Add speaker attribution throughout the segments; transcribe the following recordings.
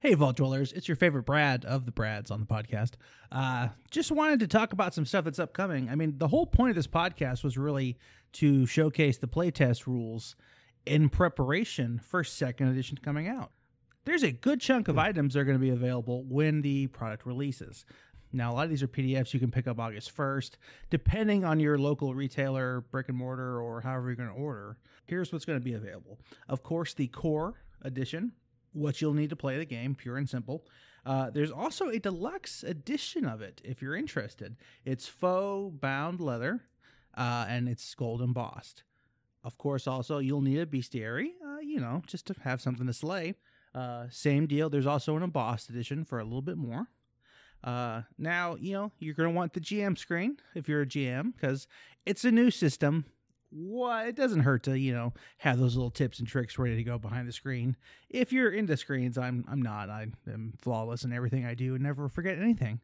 Speaker 1: Hey, Vault Dwellers, it's your favorite Brad of the Brads on the podcast. Uh, just wanted to talk about some stuff that's upcoming. I mean, the whole point of this podcast was really to showcase the playtest rules in preparation for second edition coming out. There's a good chunk of items that are going to be available when the product releases. Now, a lot of these are PDFs you can pick up August 1st, depending on your local retailer, brick and mortar, or however you're going to order. Here's what's going to be available. Of course, the core edition, what you'll need to play the game, pure and simple. Uh, there's also a deluxe edition of it if you're interested. It's faux bound leather uh, and it's gold embossed. Of course, also, you'll need a bestiary, uh, you know, just to have something to slay. Uh, same deal. There's also an embossed edition for a little bit more. Uh, now, you know, you're going to want the GM screen if you're a GM because it's a new system. What it doesn't hurt to, you know, have those little tips and tricks ready to go behind the screen. If you're into screens, I'm I'm not. I am flawless in everything I do and never forget anything.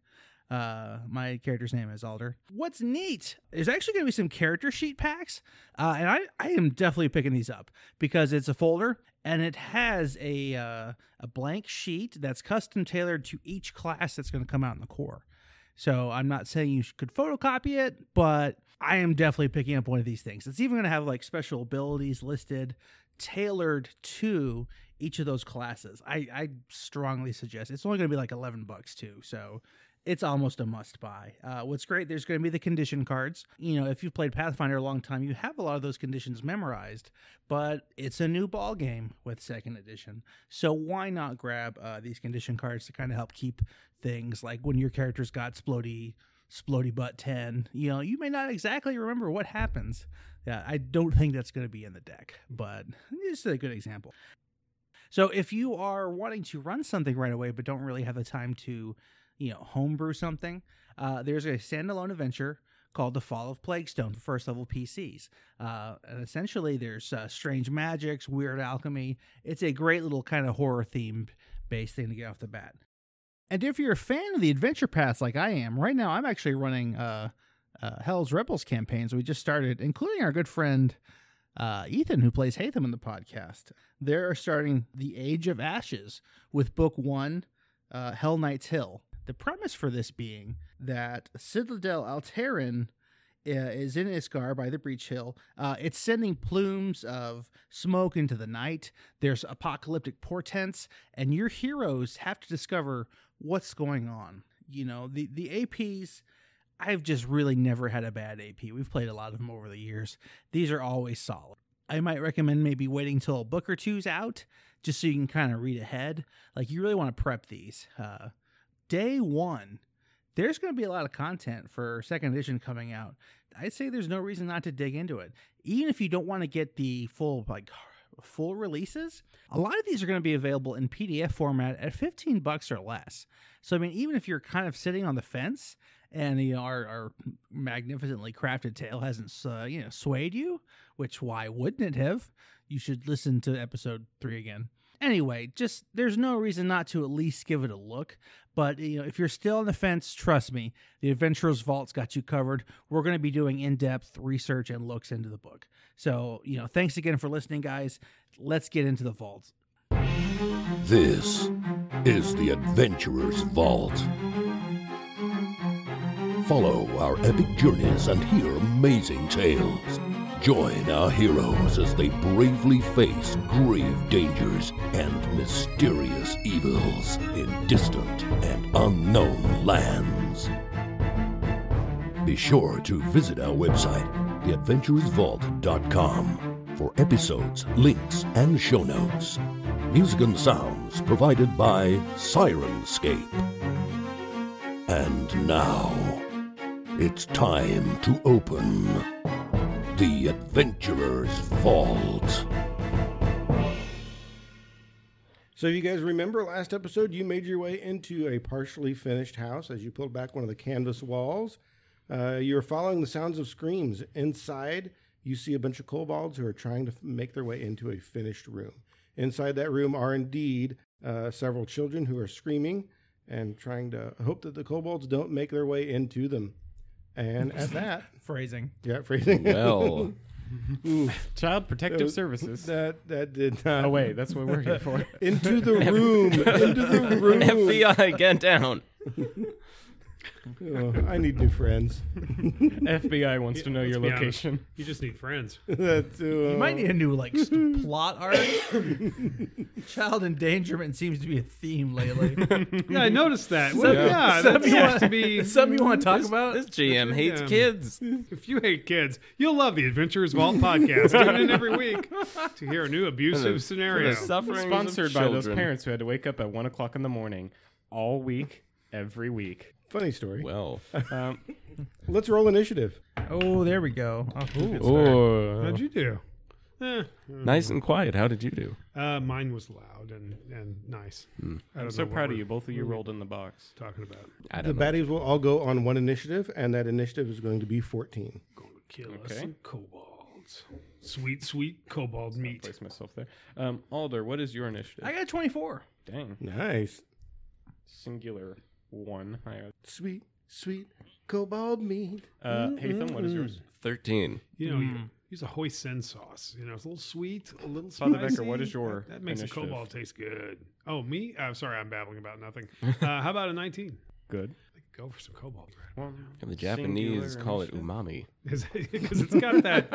Speaker 1: Uh, my character's name is Alder. What's neat is actually going to be some character sheet packs, uh, and I, I am definitely picking these up because it's a folder and it has a uh, a blank sheet that's custom tailored to each class that's going to come out in the core. So I'm not saying you sh- could photocopy it, but I am definitely picking up one of these things. It's even going to have like special abilities listed, tailored to each of those classes. I, I strongly suggest it's only going to be like 11 bucks too. So it's almost a must buy. Uh, what's great, there's going to be the condition cards. You know, if you've played Pathfinder a long time, you have a lot of those conditions memorized, but it's a new ball game with second edition. So why not grab uh, these condition cards to kind of help keep things like when your character's got splody, splody butt 10, you know, you may not exactly remember what happens. Yeah, I don't think that's going to be in the deck, but this is a good example. So if you are wanting to run something right away, but don't really have the time to, you know, homebrew something, uh, there's a standalone adventure called The Fall of Plaguestone for first level PCs. Uh, and essentially, there's uh, strange magics, weird alchemy. It's a great little kind of horror themed based thing to get off the bat. And if you're a fan of the adventure paths like I am, right now I'm actually running uh, uh, Hell's Rebels campaigns we just started, including our good friend uh, Ethan, who plays Hatham in the podcast. They're starting The Age of Ashes with book one, uh, Hell Knight's Hill. The premise for this being that Citadel Alteran uh, is in Isgar by the Breach Hill. Uh, it's sending plumes of smoke into the night. There's apocalyptic portents, and your heroes have to discover what's going on. You know, the, the APs, I've just really never had a bad AP. We've played a lot of them over the years. These are always solid. I might recommend maybe waiting till a book or two's out just so you can kind of read ahead. Like, you really want to prep these. Uh, day one, there's going to be a lot of content for second edition coming out. I'd say there's no reason not to dig into it. Even if you don't want to get the full like full releases, a lot of these are going to be available in PDF format at 15 bucks or less. So I mean, even if you're kind of sitting on the fence and you know, our, our magnificently crafted tale hasn't uh, you know swayed you, which why wouldn't it have? You should listen to episode 3 again. Anyway, just there's no reason not to at least give it a look. But you know, if you're still on the fence, trust me, the Adventurers Vault's got you covered. We're going to be doing in-depth research and looks into the book. So you know, thanks again for listening, guys. Let's get into the vault.
Speaker 2: This is the Adventurer's Vault. Follow our epic journeys and hear amazing tales. Join our heroes as they bravely face grave dangers and mysterious evils in distant and unknown lands. Be sure to visit our website, theadventurousvault.com, for episodes, links, and show notes. Music and sounds provided by Sirenscape. And now, it's time to open the Adventurer's Vault.
Speaker 3: So, if you guys remember last episode, you made your way into a partially finished house as you pulled back one of the canvas walls. Uh, you're following the sounds of screams. Inside, you see a bunch of kobolds who are trying to f- make their way into a finished room. Inside that room are indeed uh, several children who are screaming and trying to hope that the kobolds don't make their way into them. And at that,
Speaker 1: Phrasing.
Speaker 3: yeah, phrasing.
Speaker 4: Well,
Speaker 3: Ooh,
Speaker 4: Child Protective
Speaker 3: was-
Speaker 4: Services.
Speaker 3: that that did not.
Speaker 4: oh Uh, wait, that's what we're here for.
Speaker 3: Into the room. Into the room.
Speaker 4: E
Speaker 5: FBI, get down.
Speaker 3: Oh, I need new friends.
Speaker 4: FBI wants to know
Speaker 6: let's
Speaker 4: your
Speaker 6: be honest.
Speaker 4: location.
Speaker 6: You just need friends.
Speaker 3: That's, uh,
Speaker 1: You might need a new like st- plot arc. Child endangerment seems to be a theme lately.
Speaker 6: yeah, I noticed that. Well,
Speaker 1: Yeah.
Speaker 6: yeah,
Speaker 1: Some
Speaker 6: that
Speaker 1: you
Speaker 6: seems
Speaker 1: want-
Speaker 6: to be.
Speaker 1: Something you want to talk about?
Speaker 5: This GM hates
Speaker 6: Yeah.
Speaker 5: kids.
Speaker 6: If you hate kids, you'll love the Adventures Vault podcast. Tune in every week to hear a new
Speaker 5: For the-
Speaker 6: abusive scenario.
Speaker 5: for the sufferings of
Speaker 4: Sponsored by those
Speaker 5: children.
Speaker 4: parents who had to wake up at one o'clock in the morning all week, every week.
Speaker 3: funny story.
Speaker 5: Well,
Speaker 1: Mm.
Speaker 4: Um,
Speaker 3: Let's roll initiative.
Speaker 1: oh, there we go. Oh, cool.
Speaker 4: Uh-huh.
Speaker 6: How'd you do? Eh,
Speaker 5: nice and quiet. How did you do?
Speaker 6: uh, mine was loud and, and nice. I don't
Speaker 4: I'm so
Speaker 6: know what
Speaker 4: proud of
Speaker 6: we're mm.
Speaker 4: you. Both of you rolled in the box.
Speaker 6: Talking about
Speaker 5: I
Speaker 3: The
Speaker 5: don't know.
Speaker 3: baddies will all go on one initiative, and that initiative is going to be 14.
Speaker 6: going to kill us
Speaker 4: Okay.
Speaker 6: some kobolds. Sweet, sweet kobold meat.
Speaker 4: Place myself there. Um, Alder, what is your initiative?
Speaker 1: I got a 24.
Speaker 4: Dang,
Speaker 3: Nice.
Speaker 4: singular one. I-
Speaker 3: Sweet, sweet cobalt meat.
Speaker 4: Uh, Haytham, what is yours?
Speaker 5: 13.
Speaker 6: You know, you use a hoisin sauce. You know, it's a little sweet, a little spicy.
Speaker 4: Father Becker, what is your
Speaker 6: That, that makes
Speaker 4: initiative?
Speaker 6: a kobold taste good. Oh, me? I'm sorry, I'm babbling about nothing. Uh, how about a 19?
Speaker 4: Good.
Speaker 6: I could go for some kobold bread.
Speaker 5: And the Japanese call it umami.
Speaker 6: because it's got that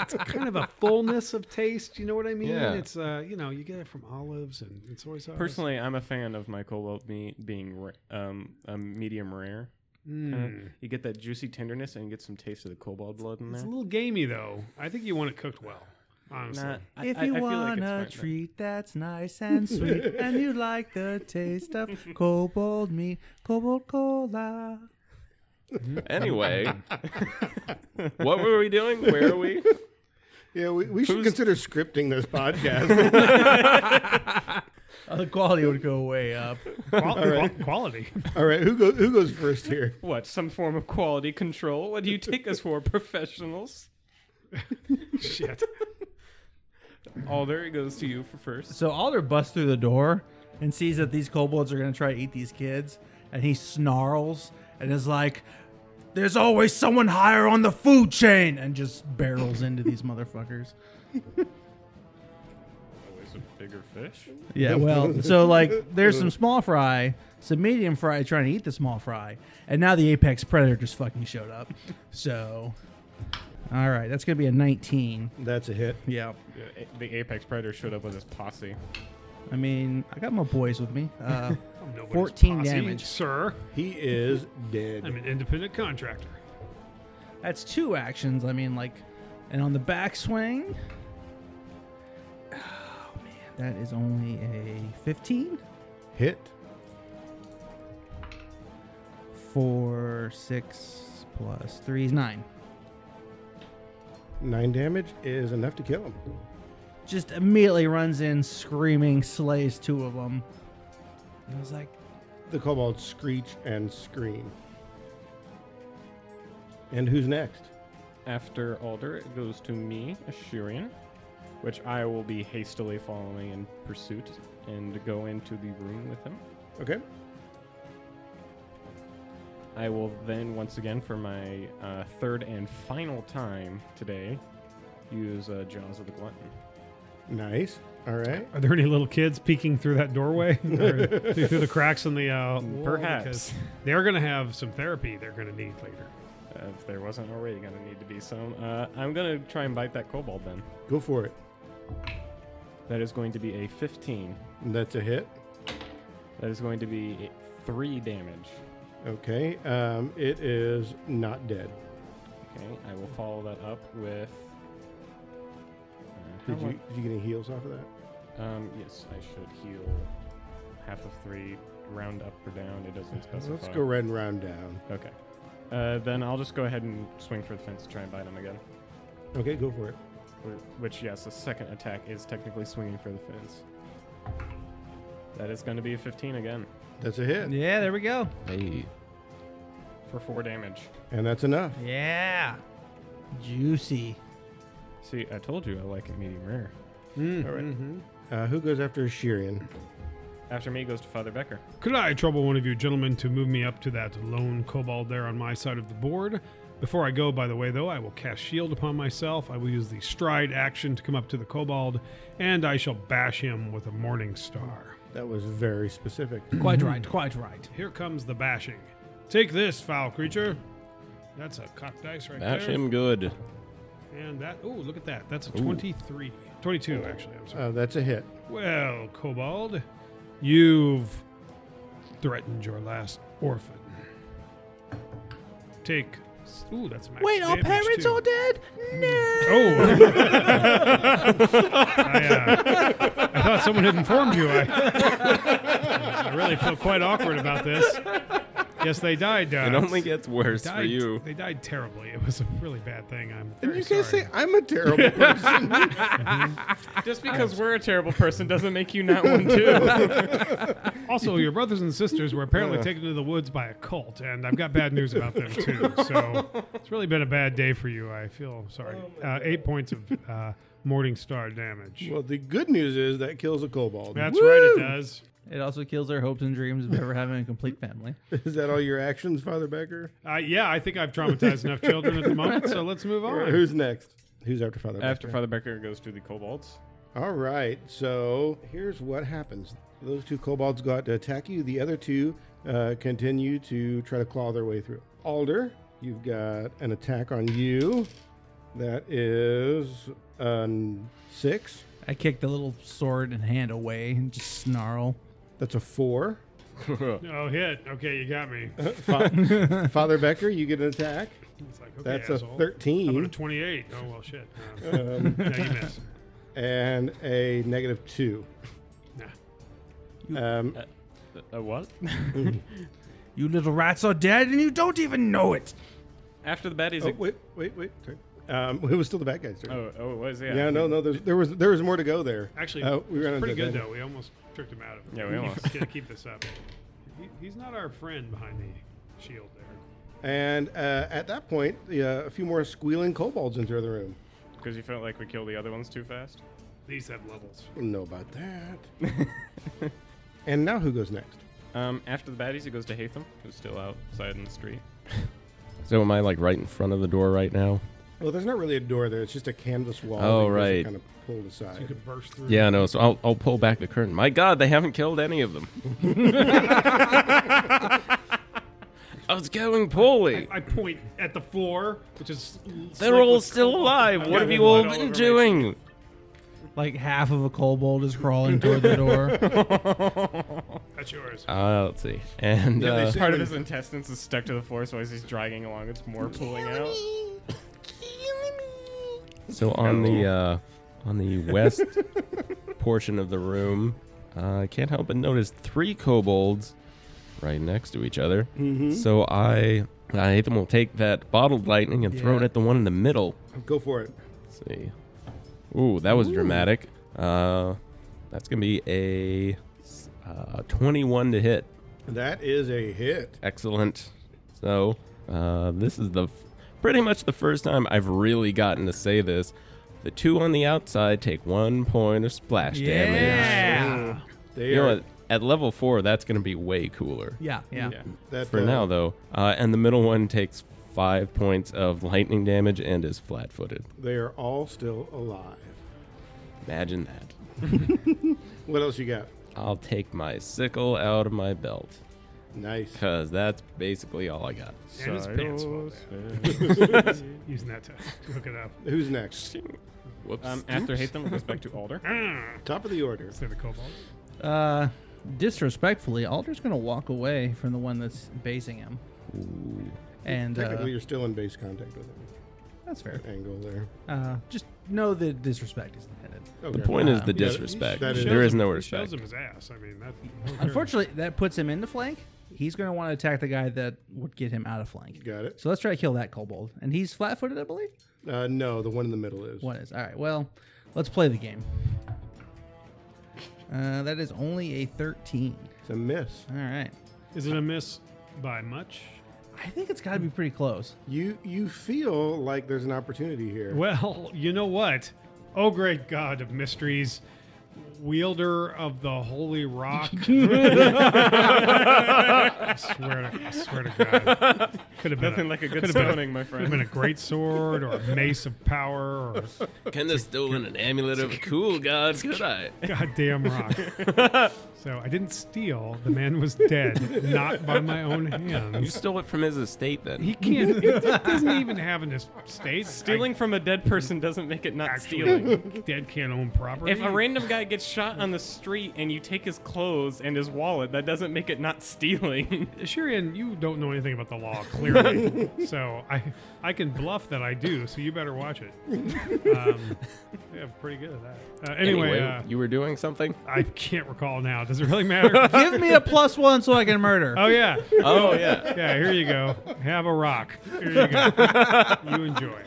Speaker 6: it's kind of a fullness of taste. You know what I mean?
Speaker 5: Yeah.
Speaker 6: It's uh, you know, you get it from olives and, and soy sauce.
Speaker 4: Personally, I'm a fan of my cobalt meat being ra- um, a medium rare.
Speaker 6: Mm.
Speaker 4: You get that juicy tenderness and you get some taste of the cobalt blood in
Speaker 6: it's
Speaker 4: there.
Speaker 6: a little gamey though. I think you want it cooked well. Honestly,
Speaker 4: Not- I-
Speaker 1: If
Speaker 4: I-
Speaker 1: you
Speaker 4: I feel like
Speaker 1: want
Speaker 4: it's
Speaker 1: a
Speaker 4: fine, though.
Speaker 1: treat that's nice and sweet, and you like the taste of kobold meat, kobold cola.
Speaker 5: Anyway, what were we doing? Where are we?
Speaker 3: Yeah, we, we should consider scripting this podcast.
Speaker 1: Uh, the quality would go way up.
Speaker 6: Qual- qual- quality.
Speaker 3: all right, who goes who goes first here?
Speaker 4: What, some form of quality control? What do you take us for, professionals?
Speaker 6: Shit.
Speaker 4: Alder, it goes to you for first.
Speaker 1: So Alder busts through the door and sees that these kobolds are going to try to eat these kids, and he snarls and is like, "There's always someone higher on the food chain," and just barrels into these motherfuckers.
Speaker 4: Always a bigger fish.
Speaker 1: Yeah, well, so like there's some small fry, some medium fry trying to eat the small fry, and now the apex predator just fucking showed up. So, all right, that's gonna be a 19.
Speaker 3: That's a hit.
Speaker 1: Yeah,
Speaker 4: The apex predator showed up with his posse.
Speaker 1: I mean, I got my boys with me. Uh,
Speaker 6: I'm nobody's
Speaker 1: 14
Speaker 6: posse,
Speaker 1: damage.
Speaker 6: sir.
Speaker 3: He is dead.
Speaker 6: I'm an independent contractor.
Speaker 1: that's two actions. I mean, like, and on the backswing, oh man, that is only a 15
Speaker 3: hit.
Speaker 1: Four, six plus three is nine.
Speaker 3: Nine damage is enough to kill him.
Speaker 1: just immediately runs in screaming, slays two of them. And I was like,
Speaker 3: The kobolds screech and scream. And who's next?
Speaker 4: After Alder, it goes to me, Ashurian, which I will be hastily following in pursuit and go into the room with him.
Speaker 3: Okay.
Speaker 4: I will then, once again, for my uh, third and final time today, use uh, Jaws of the Glutton.
Speaker 3: Nice. All right.
Speaker 6: Are there any little kids peeking through that doorway, Or through the cracks in the uh, wall?
Speaker 4: Perhaps.
Speaker 6: Because they're going to have some therapy they're going to need later.
Speaker 4: Uh, if there wasn't already going to need to be some, uh, I'm going to try and bite that kobold then.
Speaker 3: Go for it.
Speaker 4: That is going to be a 15.
Speaker 3: That's a hit.
Speaker 4: That is going to be a- three damage.
Speaker 3: Okay. Um, it is not dead.
Speaker 4: Okay, I will follow that up with. Uh,
Speaker 3: Did
Speaker 4: how
Speaker 3: you,
Speaker 4: mu-
Speaker 3: did you get any heals off of that?
Speaker 4: Um, yes, I should heal half of three, round up or down. It doesn't specify.
Speaker 3: Let's go red and round down.
Speaker 4: Okay. Uh, then I'll just go ahead and swing for the fence to try and bite him again.
Speaker 3: Okay, go for it.
Speaker 4: Wh- Which, yes, the second attack is technically swinging for the fence. That is going to be a 15 again
Speaker 3: That's a hit.
Speaker 1: yeah, there we go.
Speaker 5: Hey.
Speaker 4: for four damage.
Speaker 3: And that's enough.
Speaker 1: Yeah. Juicy.
Speaker 4: See, I told you I like it medium rare.
Speaker 3: All right. Uh, who goes after Shirian?
Speaker 4: After me goes to Father Becker.
Speaker 6: Could I trouble one of you gentlemen to move me up to that lone kobold there on my side of the board? Before I go, by the way, though, I will cast shield upon myself. I will use the stride action to come up to the kobold, and I shall bash him with a morning star.
Speaker 3: That was very specific.
Speaker 1: Quite right, quite right.
Speaker 6: Here comes the bashing. Take this, foul creature. That's a cock dice right
Speaker 5: Bash
Speaker 6: there.
Speaker 5: him good.
Speaker 6: And that, oh, look at that. That's a 23. 22, actually. I'm sorry.
Speaker 3: Uh, that's a hit.
Speaker 6: Well, Kobold, you've threatened your last orphan. Take. Ooh, that's max
Speaker 1: Wait, our
Speaker 6: damage,
Speaker 1: parents
Speaker 6: too.
Speaker 1: are dead? No.
Speaker 6: Oh! I, uh, I thought someone had informed you. I, I really feel quite awkward about this. Yes, they died. Uh,
Speaker 5: It only gets worse
Speaker 6: died,
Speaker 5: for you.
Speaker 6: They died terribly. It was a really bad thing. I'm.
Speaker 3: And
Speaker 6: very
Speaker 3: you can't
Speaker 6: sorry.
Speaker 3: say I'm a terrible person.
Speaker 4: Just because we're a terrible person doesn't make you not one too.
Speaker 6: Also, your brothers and sisters were apparently taken to the woods by a cult, and I've got bad news about them too. So it's really been a bad day for you. I feel sorry. Uh, eight points of uh, Morning Star damage.
Speaker 3: well, the good news is that kills a kobold.
Speaker 6: That's right, it does.
Speaker 7: It also kills our hopes and dreams of ever having a complete family.
Speaker 3: Is that all your actions, Father Becker?
Speaker 6: Uh, yeah, I think I've traumatized enough children at the moment, so let's move
Speaker 3: All right,
Speaker 6: on.
Speaker 3: who's next? Who's after Father
Speaker 6: Uh,
Speaker 3: Becker?
Speaker 4: After Father Becker goes to the kobolds.
Speaker 3: All right, so here's what happens. Those two kobolds go out to attack you. The other two uh, continue to try to claw their way through. Alder, you've got an attack on you. That is um, six.
Speaker 1: I kick the little sword and hand away and just snarl.
Speaker 3: That's a four.
Speaker 6: Oh, hit. Okay, you got me.
Speaker 3: Uh, Fa- Father Becker, you get an attack.
Speaker 6: It's like, okay,
Speaker 3: That's a
Speaker 6: asshole. How about a
Speaker 3: 13
Speaker 6: 28? Oh, well, shit. Um, no, you miss.
Speaker 3: and a negative two. Um,
Speaker 4: Uh, what?
Speaker 1: You little rats are dead and you don't even know it.
Speaker 4: After the baddies.
Speaker 3: oh, wait, wait, wait. Sorry. Um, it was still the bad guy's turn.
Speaker 4: oh, oh, it was yeah.
Speaker 3: Yeah, no, no. There's, there was there was more to go there.
Speaker 6: Actually,
Speaker 3: Uh, we ran
Speaker 6: it's pretty
Speaker 3: into
Speaker 6: good
Speaker 3: that.
Speaker 6: though. We almost tricked him out of it.
Speaker 4: Yeah, we almost.
Speaker 6: gotta keep this up. He, he's not our friend behind the shield there.
Speaker 3: And uh, at that point, the, uh, a few more squealing kobolds enter the room.
Speaker 4: Because you felt like we killed the other ones too fast.
Speaker 6: These have levels.
Speaker 3: Didn't know about that. and now who goes next?
Speaker 4: Um, after the baddies, he goes to Hatham, who's still outside in the street.
Speaker 5: So am I like right in front of the door right now?
Speaker 3: Well, there's not really a door there. It's just a canvas wall.
Speaker 5: Oh,
Speaker 3: that goes
Speaker 5: right.
Speaker 3: Kind of pulled aside.
Speaker 6: You could burst through.
Speaker 5: Yeah, no. So I'll I'll pull back the curtain. My God, they haven't killed any of them. I was going poorly.
Speaker 6: I point at the floor, which is.
Speaker 5: They're all still alive. What have you all been doing?
Speaker 1: Like half of a kobold is crawling toward the door.
Speaker 6: That's yours.
Speaker 5: Uh, let's see. And
Speaker 3: Yeah, they
Speaker 5: uh,
Speaker 3: say-
Speaker 4: Part of his intestines is stuck to the floor, so as he's dragging along, it's more pulling out.
Speaker 5: so on the uh, on the west portion of the room, uh, I can't help but notice three kobolds right next to each other. So I, I Ethan will take that bottled lightning and throw it
Speaker 1: Yeah.
Speaker 5: at the one in the middle.
Speaker 3: Go for it.
Speaker 5: Let's see. Ooh, that was dramatic. Uh, that's gonna be a uh, 21 to hit.
Speaker 3: That is a hit.
Speaker 5: Excellent. So, uh, this is the f- pretty much the first time I've really gotten to say this. The two on the outside take one point of splash damage.
Speaker 1: Yeah.
Speaker 3: They
Speaker 5: You know
Speaker 3: are,
Speaker 5: what? At level four, that's going to be way cooler.
Speaker 1: Yeah, yeah.
Speaker 4: Yeah.
Speaker 3: that,
Speaker 5: For
Speaker 3: uh,
Speaker 5: now, though, uh, and the middle one takes five points of lightning damage and is flat-footed.
Speaker 3: they are all still alive.
Speaker 5: Imagine that.
Speaker 3: What else you got?
Speaker 5: I'll take my sickle out of my belt
Speaker 3: Nice.
Speaker 5: because that's basically all I got.
Speaker 6: and his pants fall down. Using that to look it up.
Speaker 3: Who's next?
Speaker 5: Whoops.
Speaker 4: Um, after Hatham, it goes back to Alder.
Speaker 6: Ah.
Speaker 3: Top of the order.
Speaker 6: Say the cobalt.
Speaker 7: Uh, disrespectfully, Alder's gonna walk away from the one that's basing him, and uh,
Speaker 3: Technically, you're still in base contact with him.
Speaker 7: that's fair.
Speaker 3: Angle there.
Speaker 7: Uh,
Speaker 1: Just know that disrespect is intended.
Speaker 3: Okay.
Speaker 5: the point is
Speaker 7: Uh,
Speaker 5: the
Speaker 3: yeah,
Speaker 5: disrespect.
Speaker 3: that is-
Speaker 5: there is no
Speaker 6: He
Speaker 5: respect.
Speaker 6: shows him his ass. I mean, that.
Speaker 1: Unfortunately, that puts him into flank. He's going to want to attack the guy that would get him out of flank.
Speaker 3: Got it.
Speaker 1: So let's try to kill that kobold. And he's flat footed, I believe.
Speaker 3: Uh, no, the one in the middle is.
Speaker 1: What is? All right, well, let's play the game. Uh, that is only a 13.
Speaker 3: It's a miss.
Speaker 1: All right.
Speaker 6: Is it a miss by much?
Speaker 1: I think it's got to be pretty close.
Speaker 3: You you feel like there's an opportunity here.
Speaker 6: Well, you know what? Oh, great God of mysteries, wielder of the holy rock. I swear to, I swear to God. Could have been
Speaker 4: Nothing
Speaker 6: a,
Speaker 4: like a
Speaker 6: could
Speaker 4: good
Speaker 6: have been a-
Speaker 4: stoning, my
Speaker 6: Could have been a
Speaker 4: friend.
Speaker 6: great sword or a mace of power or
Speaker 5: Can have stolen an amulet of cool gods, could I?
Speaker 6: goddamn rock. so I didn't steal. The man was dead, not by my own
Speaker 5: You
Speaker 6: hands.
Speaker 5: stole it from his estate then.
Speaker 6: He can't. He doesn't even have an estate.
Speaker 4: Stealing from a dead person doesn't make it not stealing.
Speaker 6: Actually, dead can't own property.
Speaker 4: If a random guy gets shot on the street and you take his clothes and his wallet, that doesn't make it not stealing.
Speaker 6: Shirian, you don't know anything about the law, clearly. so I, I can bluff that I do. So you better watch it. Um, yeah, I'm pretty good at that. Uh, anyway, uh,
Speaker 5: you were doing something?
Speaker 6: I can't recall now. Does it really matter?
Speaker 1: Give me a plus one so I can murder.
Speaker 6: oh yeah,
Speaker 5: Oh, yeah.
Speaker 6: yeah. Here you go. Have a rock. Here you go. you enjoy.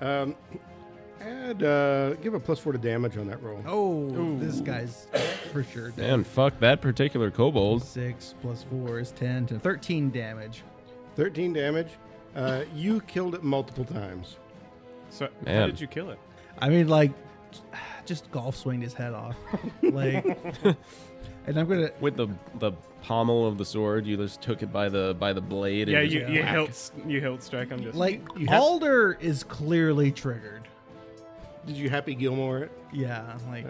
Speaker 3: Um, add uh, give a plus four to damage on that roll.
Speaker 1: Oh, this guy's for sure dead.
Speaker 5: And fuck that particular kobold.
Speaker 1: Six plus four is ten to thirteen damage.
Speaker 3: Thirteen damage. Uh, you killed it multiple times.
Speaker 4: So how
Speaker 5: Man.
Speaker 4: did you kill it?
Speaker 1: I mean, like, just golf swinged his head off, like. and I'm gonna
Speaker 5: With the the pommel of the sword, you just took it by the by the blade. and just whack.
Speaker 4: you hilt strike. I'm just
Speaker 1: like
Speaker 3: you have-
Speaker 1: Alder is clearly triggered.
Speaker 3: Did you Happy Gilmore it?
Speaker 1: Yeah, like,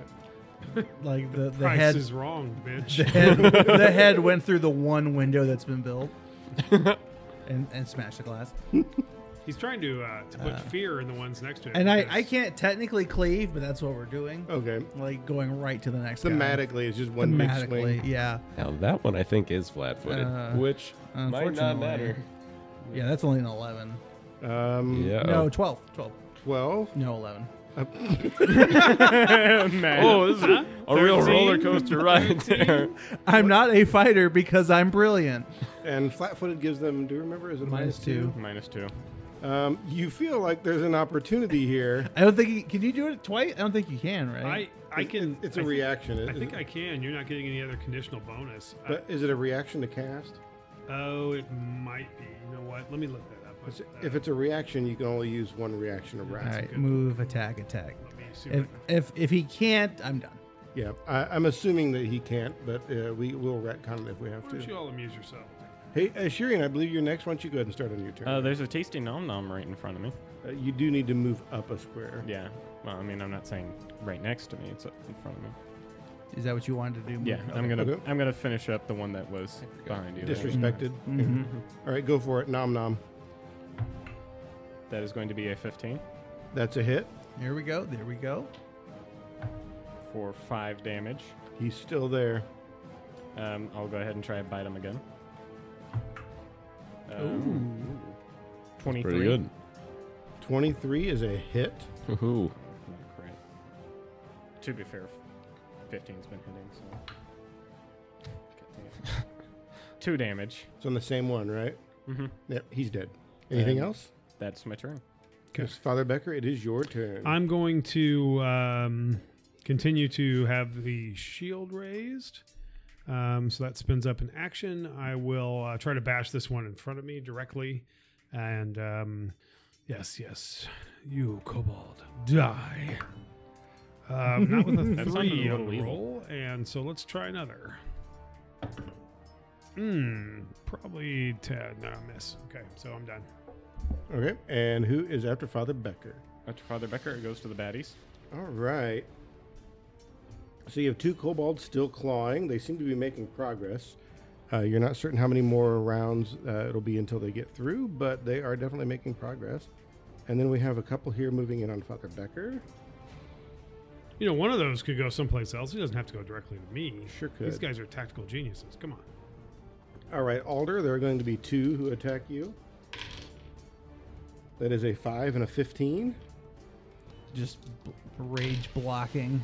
Speaker 1: like the the
Speaker 6: Price
Speaker 1: head,
Speaker 6: is wrong, bitch.
Speaker 1: the head the head went through the one window that's been built, and and smashed the glass.
Speaker 6: He's trying to uh, to put fear in the ones next to him.
Speaker 1: And I
Speaker 6: because
Speaker 1: I can't technically cleave, but that's what we're doing.
Speaker 3: Okay.
Speaker 1: Like going right to the next. guy.
Speaker 3: Thematically, it's just one big
Speaker 1: Thematically,
Speaker 3: swing.
Speaker 1: yeah,
Speaker 5: Now that one I think is flat-footed,
Speaker 1: Uh,
Speaker 5: which might not
Speaker 1: unfortunately.
Speaker 5: matter.
Speaker 1: yeah. That's only an eleven.
Speaker 3: Um,
Speaker 5: Yeah.
Speaker 1: Mm, No, 12. 12.
Speaker 3: Twelve.
Speaker 1: No, 11.
Speaker 5: Oh, this is a, real roller coaster ride there.
Speaker 1: I'm not a fighter because I'm brilliant.
Speaker 3: And flat-footed gives them. Do you remember? Is it a
Speaker 1: Minus two.
Speaker 4: minus two.
Speaker 3: two? Um, you feel like there's an opportunity here.
Speaker 1: I don't think you can you do it twice? I don't think you can, right?
Speaker 6: I I can.
Speaker 3: It's
Speaker 6: a
Speaker 3: a reaction.
Speaker 6: I think I can. You're not getting any other conditional bonus. I-
Speaker 3: But is it a reaction to cast?
Speaker 6: oh, it might be. You know what? Let me look that up.
Speaker 3: It's- If it's a reaction, you can only use one reaction to
Speaker 1: All
Speaker 3: rouse.
Speaker 1: right, move, attack, attack.
Speaker 6: let me see.
Speaker 1: If
Speaker 6: what I-
Speaker 1: if if he can't, I'm done.
Speaker 3: Yeah, I, I'm assuming that he can't, but uh, we will retcon it if we have
Speaker 6: Why don't you
Speaker 3: to.
Speaker 6: all amuse yourself?
Speaker 3: Hey, uh, Shirian, I believe you're next. Why don't you go ahead and start on your turn?
Speaker 4: Uh, there's a tasty nom nom right in front of me.
Speaker 3: Uh, you do need to move up a square.
Speaker 4: Yeah. Well, I mean, I'm not saying right next to me. It's up in front of me.
Speaker 1: Is that what you wanted to do? Oh,
Speaker 4: Yeah. I'm gonna
Speaker 3: Okay.
Speaker 4: I'm gonna finish up the one that was behind you.
Speaker 3: Disrespected. All right, go for it. Nom nom.
Speaker 4: That is going to be a 15
Speaker 3: That's a hit.
Speaker 1: Here we go. There we go.
Speaker 4: for five damage.
Speaker 3: He's still there.
Speaker 4: Um, I'll go ahead and try and bite him again. Um, ooh, 23.
Speaker 5: Pretty good.
Speaker 3: 23 is a hit.
Speaker 4: Oh,
Speaker 5: Ooh.
Speaker 4: great. To be fair, 15's been hitting, so. God damn it. Two damage.
Speaker 3: It's on the same one, right?
Speaker 4: Mhm.
Speaker 3: Yep, he's dead. Anything
Speaker 4: Um,
Speaker 3: else?
Speaker 4: That's my turn.
Speaker 3: Yes, Father Becker, it is your turn.
Speaker 6: I'm going to um, continue to have the shield raised. Um, so that spins up an action. I will uh, try to bash this one in front of me directly. And um, yes, yes, you kobold, die. Um, not with a
Speaker 4: That
Speaker 6: three
Speaker 4: sounded a
Speaker 6: on
Speaker 4: little
Speaker 6: the
Speaker 4: evil.
Speaker 6: roll. And so let's try another. Hmm, probably 10. No, miss. Okay, so I'm done.
Speaker 3: okay, and who is after Father Becker?
Speaker 4: After Father Becker, it goes to the baddies.
Speaker 3: All right. So you have two kobolds still clawing. They seem to be making progress. Uh, you're not certain how many more rounds uh, it'll be until they get through, but they are definitely making progress. And then we have a couple here moving in on Father Becker.
Speaker 6: You know, one of those could go someplace else. He doesn't have to go directly to me.
Speaker 3: Sure could.
Speaker 6: These guys are tactical geniuses. Come on.
Speaker 3: All right, Alder, there are going to be two who attack you. That is a 5 and a 15.
Speaker 1: Just b- rage blocking.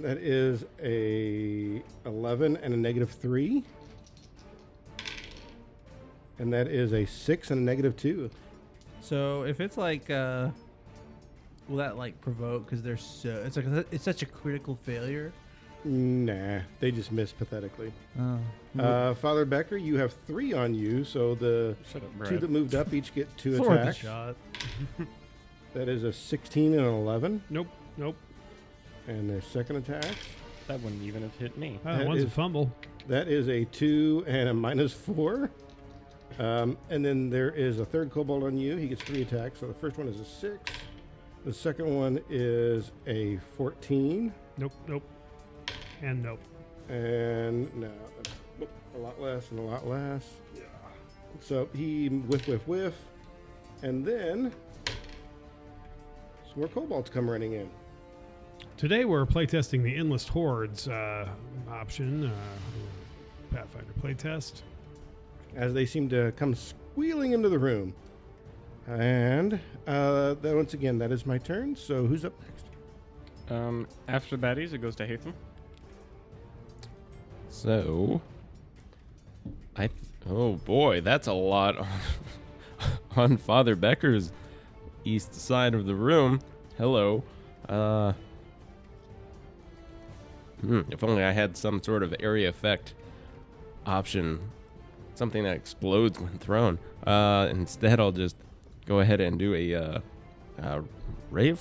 Speaker 3: That is a 11 and a negative 3. And that is a 6 and a negative 2.
Speaker 1: So if it's like, uh, will that like provoke? Because they're so it's like it's such a critical failure.
Speaker 3: Nah, they just missed pathetically.
Speaker 1: Oh.
Speaker 3: Uh, Father Becker, you have three on you, so the
Speaker 4: Shut up,
Speaker 3: two
Speaker 4: Brad.
Speaker 3: that moved up each get two
Speaker 1: Throw the
Speaker 3: attacks.
Speaker 1: shot.
Speaker 3: That is a 16 and an 11,
Speaker 6: Nope. Nope.
Speaker 3: and their second attack.
Speaker 4: That wouldn't even have hit me.
Speaker 6: Uh,
Speaker 3: That
Speaker 6: one's a
Speaker 3: is-
Speaker 6: fumble.
Speaker 3: That is a two and a minus four. Um, and then there is a third kobold on you. He gets three attacks. So the first one is a six. The second one is a 14.
Speaker 6: Nope, nope, and nope.
Speaker 3: And no, that's- whoop, a lot less and a lot less. Yeah. So he whiff, whiff, whiff. And then some more kobolds come running in.
Speaker 6: Today we're playtesting the Endless Hordes uh, option, uh, Pathfinder playtest.
Speaker 3: as they seem to come squealing into the room. And uh, that once again, that is my turn. So who's up next?
Speaker 4: Um, after the baddies, it goes to Hatham.
Speaker 5: So, I th- oh boy, that's a lot on, on Father Becker's east side of the room. Hello, uh, hmm, if only I had some sort of area effect option, something that explodes when thrown. Uh, instead, I'll just go ahead and do a uh, uh, ray of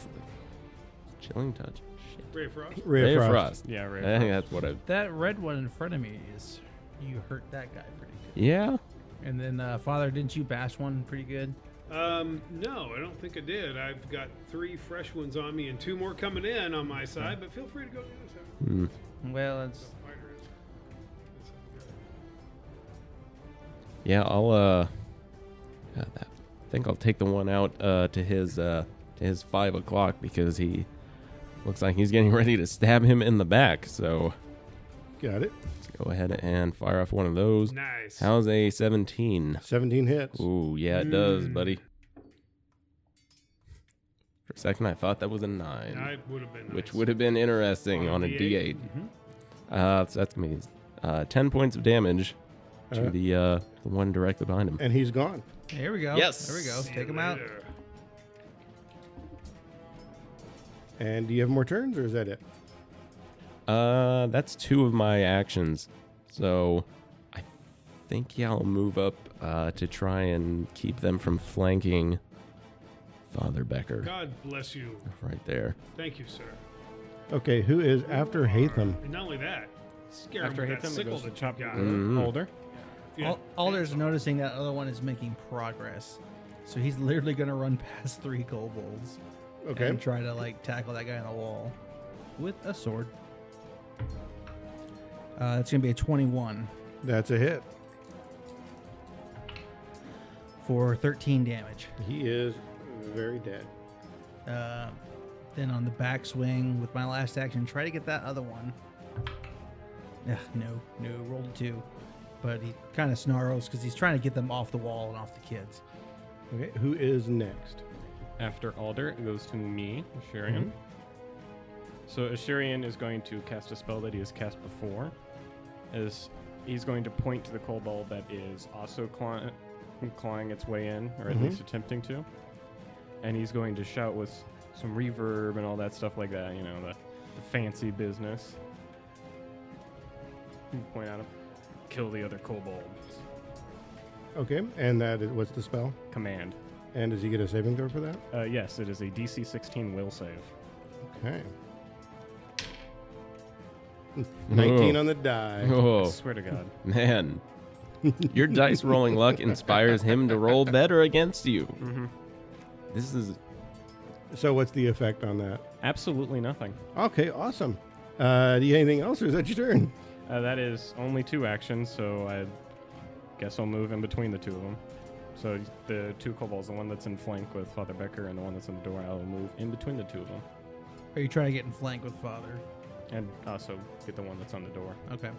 Speaker 5: chilling touch. Shit.
Speaker 6: Ray Frost.
Speaker 5: Ray of frost.
Speaker 4: Yeah,
Speaker 5: I
Speaker 4: right.
Speaker 5: think that's what I.
Speaker 7: That red one in front of me is you hurt that guy pretty good.
Speaker 5: Yeah.
Speaker 7: And then uh, Father, didn't you bash one pretty good?
Speaker 6: Um, no, I don't think I did. I've got three fresh ones on me and two more coming in on my side, but feel free to go to the other side.
Speaker 5: Hmm.
Speaker 7: Well, it's
Speaker 6: Fighter is- is-
Speaker 5: Yeah, I'll uh, uh, I think I'll take the one out uh, to his uh, to his five o'clock because he looks like he's getting ready to stab him in the back. So
Speaker 3: Got it.
Speaker 5: let's go ahead and fire off one of those.
Speaker 6: Nice.
Speaker 5: How's a seventeen?
Speaker 3: 17 hits.
Speaker 5: Ooh, yeah, it does,
Speaker 6: Mm.
Speaker 5: buddy. For a second, I thought that was a nine,
Speaker 6: I would have been.
Speaker 5: which
Speaker 6: nice.
Speaker 5: would have been interesting on, a D eight. Mm-hmm.
Speaker 6: Mhm.
Speaker 5: Uh, so that's gonna be uh, ten points of damage to
Speaker 3: Uh,
Speaker 5: the uh, the one directly behind him.
Speaker 3: And he's gone.
Speaker 7: here we go.
Speaker 5: Yes.
Speaker 7: there we go.
Speaker 6: See
Speaker 7: Take
Speaker 6: you
Speaker 7: him out.
Speaker 6: later.
Speaker 3: And do you have more turns or is that it?
Speaker 5: Uh, that's two of my actions. So I think yeah, I'll move up uh, to try and keep them from flanking Father Becker
Speaker 6: God bless you.
Speaker 5: right there.
Speaker 6: Thank you, sir.
Speaker 3: Okay, who is after Hatham?
Speaker 6: And not only that, scare
Speaker 4: After
Speaker 6: him with
Speaker 4: Hatham,
Speaker 6: that
Speaker 4: it
Speaker 6: sickle
Speaker 4: goes to
Speaker 6: that you've
Speaker 4: Chop
Speaker 6: got.
Speaker 5: Mhm.
Speaker 4: Alder.
Speaker 6: Yeah.
Speaker 1: Oh.
Speaker 7: Al- Alder's noticing that other one is making progress, so he's literally gonna run past three kobolds
Speaker 3: Okay.
Speaker 7: and try to like tackle that guy on the wall with a sword. Uh, it's gonna be a twenty-one
Speaker 3: That's a hit.
Speaker 7: for thirteen damage.
Speaker 3: He is very dead.
Speaker 7: Uh, then on the backswing with my last action, try to get that other one. Ugh, no, no, rolled a two. But he kind of snarls because he's trying to get them off the wall and off the kids.
Speaker 3: Okay, who is next?
Speaker 4: After Alder, it goes to me, Ashurian. So Ashurian is going to cast a spell that he has cast before. Is he's going to point to the kobold that is also claw- clawing its way in, or at least attempting to, and he's going to shout with s- some reverb and all that stuff like that. You know, the, the fancy business. Point at him. Kill the other kobold.
Speaker 3: Okay, and that is what's the spell?
Speaker 4: Command.
Speaker 3: And does he get a saving throw for that?
Speaker 4: Uh, yes, it is a DC 16 will save.
Speaker 3: Okay.
Speaker 5: Oh.
Speaker 3: 19
Speaker 5: Whoa.
Speaker 3: on the die.
Speaker 4: I
Speaker 5: Oh
Speaker 4: swear to God.
Speaker 5: man, your dice rolling luck inspires him to roll better against you. This is
Speaker 3: So what's the effect on that?
Speaker 4: Absolutely nothing.
Speaker 3: Okay, awesome. Uh, do you have anything else, or is that your turn?
Speaker 4: Uh, that is only two actions, so I guess I'll move in between the two of them. So the two kobolds, the one that's in flank with Father Becker and the one that's in the door, I'll move in between the two of them.
Speaker 7: Are you trying to get in flank with father?
Speaker 4: And also get the one that's on the door.
Speaker 7: Okay.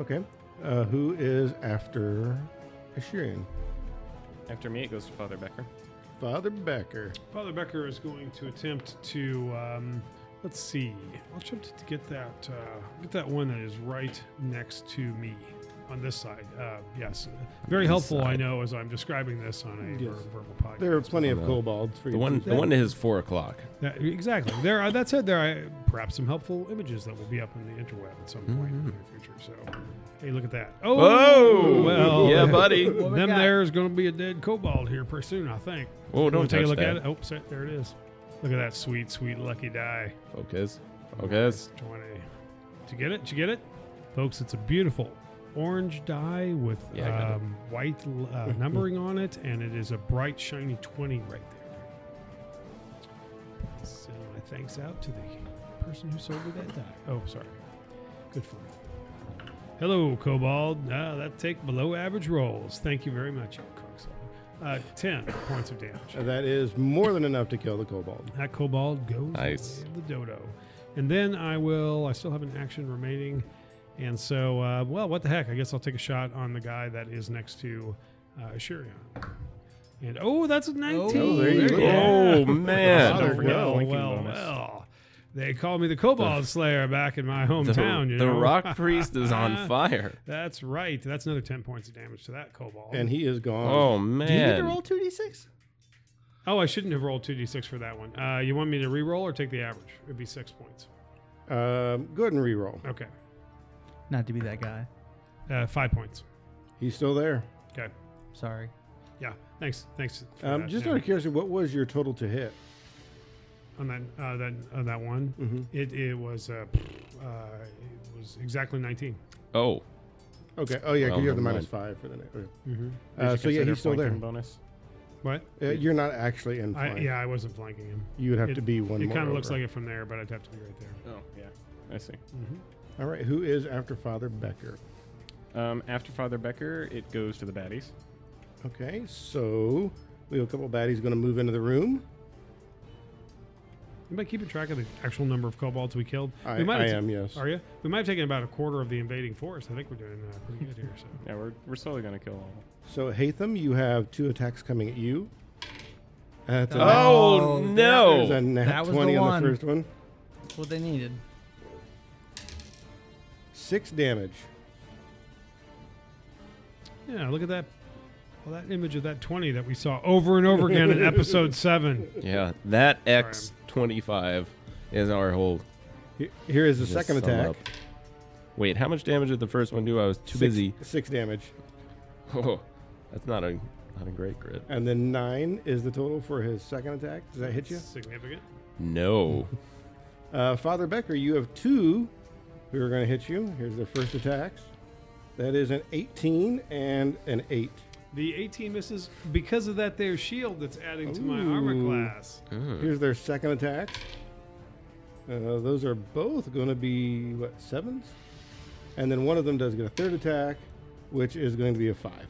Speaker 3: Okay. Uh, who is after Ashirian?
Speaker 4: After me, it goes to Father Becker.
Speaker 3: Father Becker.
Speaker 6: Father Becker is going to attempt to. Um, let's see. I'll attempt to get that. Uh, get that one that is right next to me on this side. Uh, yes, very
Speaker 5: this
Speaker 6: helpful. I
Speaker 5: side.
Speaker 6: know as I'm describing this on a
Speaker 3: Yes.
Speaker 6: ver- verbal podcast.
Speaker 3: There are plenty of
Speaker 5: Uh,
Speaker 3: kobolds for you.
Speaker 5: the one.
Speaker 3: to-
Speaker 5: The one to his four o'clock.
Speaker 6: That- exactly. There. Are, that said, there are perhaps some helpful images that will be up in the interweb at some point in the
Speaker 4: Mm-hmm.
Speaker 6: near future. So, hey, look at that. Oh,
Speaker 5: Whoa!
Speaker 6: well,
Speaker 5: Yeah, buddy. What
Speaker 7: we
Speaker 6: Them
Speaker 7: got?
Speaker 6: there is going to be a dead kobold here pretty soon, I think.
Speaker 5: Oh,
Speaker 6: Wanna
Speaker 5: don't
Speaker 6: take
Speaker 5: touch
Speaker 6: a look
Speaker 5: that.
Speaker 6: at it. Oh, sorry, there it is. Look at that sweet, sweet lucky die.
Speaker 5: Focus. Focus.
Speaker 6: Twenty. Did you get it? Did you get it, folks? It's a beautiful orange die with
Speaker 5: Yeah, I got it.
Speaker 6: um, white uh, numbering on it, and it is a bright, shiny 20 right there. Send my thanks out to the person who sold me that die. Oh, sorry. Good for you. Hello, Cobalt. Uh, that take below average rolls. Thank you very much, Coxall. Uh, 10 points of damage.
Speaker 3: Uh, That is more than enough to kill the kobold.
Speaker 6: That kobold goes
Speaker 5: Nice.
Speaker 6: with the dodo. And then I will, I still have an action remaining. And so, uh, well, what the heck? I guess I'll take a shot on the guy that is next to uh, Shurion. And oh, that's a 19.
Speaker 1: Oh,
Speaker 3: there you go.
Speaker 5: Oh
Speaker 6: Oh,
Speaker 5: man,
Speaker 4: Don't forget the
Speaker 6: well,
Speaker 4: flanking
Speaker 6: well,
Speaker 4: bonus.
Speaker 6: well. They called me the Kobold Slayer back in my
Speaker 5: the,
Speaker 6: hometown. you
Speaker 5: the
Speaker 6: know?
Speaker 5: rock priest is on fire.
Speaker 6: That's right. That's another 10 points of damage to that Kobold.
Speaker 3: And he is gone.
Speaker 5: Oh man,
Speaker 1: Do you get to roll two d six?
Speaker 6: oh, I shouldn't have rolled 2d6 for that one. Uh, you want me to re roll or take the average? It would be six points.
Speaker 5: Oh.
Speaker 3: Um, go ahead and reroll.
Speaker 6: Okay.
Speaker 1: Not to be that guy.
Speaker 6: Uh, five points.
Speaker 3: He's still there.
Speaker 6: Okay.
Speaker 1: Sorry.
Speaker 6: Yeah. Thanks. Thanks. for
Speaker 3: Um,
Speaker 6: that,
Speaker 3: just
Speaker 6: yeah.
Speaker 3: out of curiosity, what was your total to hit?
Speaker 6: on that uh, that on that one,
Speaker 3: Mhm.
Speaker 6: it it was uh, uh, it was exactly nineteen.
Speaker 5: Oh,
Speaker 3: Okay. Oh yeah, because
Speaker 5: Well,
Speaker 3: you have the
Speaker 5: never
Speaker 3: minus five for the next. okay.
Speaker 6: Mm-hmm.
Speaker 4: Did
Speaker 3: Uh,
Speaker 4: you
Speaker 3: so yeah,
Speaker 4: consider
Speaker 3: he's still there.
Speaker 4: flanking Bonus.
Speaker 6: What?
Speaker 3: Uh, you're not actually in
Speaker 6: I,
Speaker 3: flank.
Speaker 6: yeah, I wasn't flanking him.
Speaker 3: You would have
Speaker 6: It-
Speaker 3: to be one.
Speaker 6: it
Speaker 3: more
Speaker 6: kind of looks
Speaker 3: over.
Speaker 6: like it from there, but I'd have to be right there.
Speaker 4: Oh yeah, I see.
Speaker 3: All right. Who is after Father Becker?
Speaker 4: Um, after Father Becker, it goes to the baddies.
Speaker 3: Okay. So we have a couple baddies going to move into the room.
Speaker 6: Am I keeping track of the actual number of kobolds we killed?
Speaker 3: I,
Speaker 6: we might
Speaker 3: I
Speaker 6: have ta-
Speaker 3: am. Yes.
Speaker 6: Are you? We might have taken about a quarter of the invading force. I think we're doing uh, pretty good here. So
Speaker 4: Yeah, we're, we're slowly gonna kill all. of them.
Speaker 3: So Hatham, you have two attacks coming at you. That's a,
Speaker 5: oh,
Speaker 1: Oh,
Speaker 5: no,
Speaker 3: there's a nat
Speaker 1: that was the
Speaker 3: twenty on
Speaker 1: one.
Speaker 3: the first one.
Speaker 1: That's what they needed.
Speaker 3: Six damage.
Speaker 6: yeah, look at that. Well, that image of that twenty that we saw over and over again in episode seven.
Speaker 5: yeah, that X twenty five is our whole.
Speaker 3: He- Here is the
Speaker 5: just
Speaker 3: second
Speaker 5: sum
Speaker 3: attack.
Speaker 5: up. Wait, how much damage did the first one do? I was too
Speaker 3: Six-
Speaker 5: busy.
Speaker 3: Six damage,
Speaker 5: Oh, that's not a not a great grid.
Speaker 3: and then nine is the total for his second attack. Does that hit you?
Speaker 6: Significant.
Speaker 5: No.
Speaker 3: Uh, Father Becker, you have two who are going to hit you. Here's their first attacks. That is an 18 and an 8.
Speaker 6: The 18 misses because of that there shield E that's adding to my armor
Speaker 3: Ooh.
Speaker 6: class.
Speaker 3: Here's their second attack. Uh, those are both going to be, what, sevens? And then one of them does get a third attack, which is going to be a five.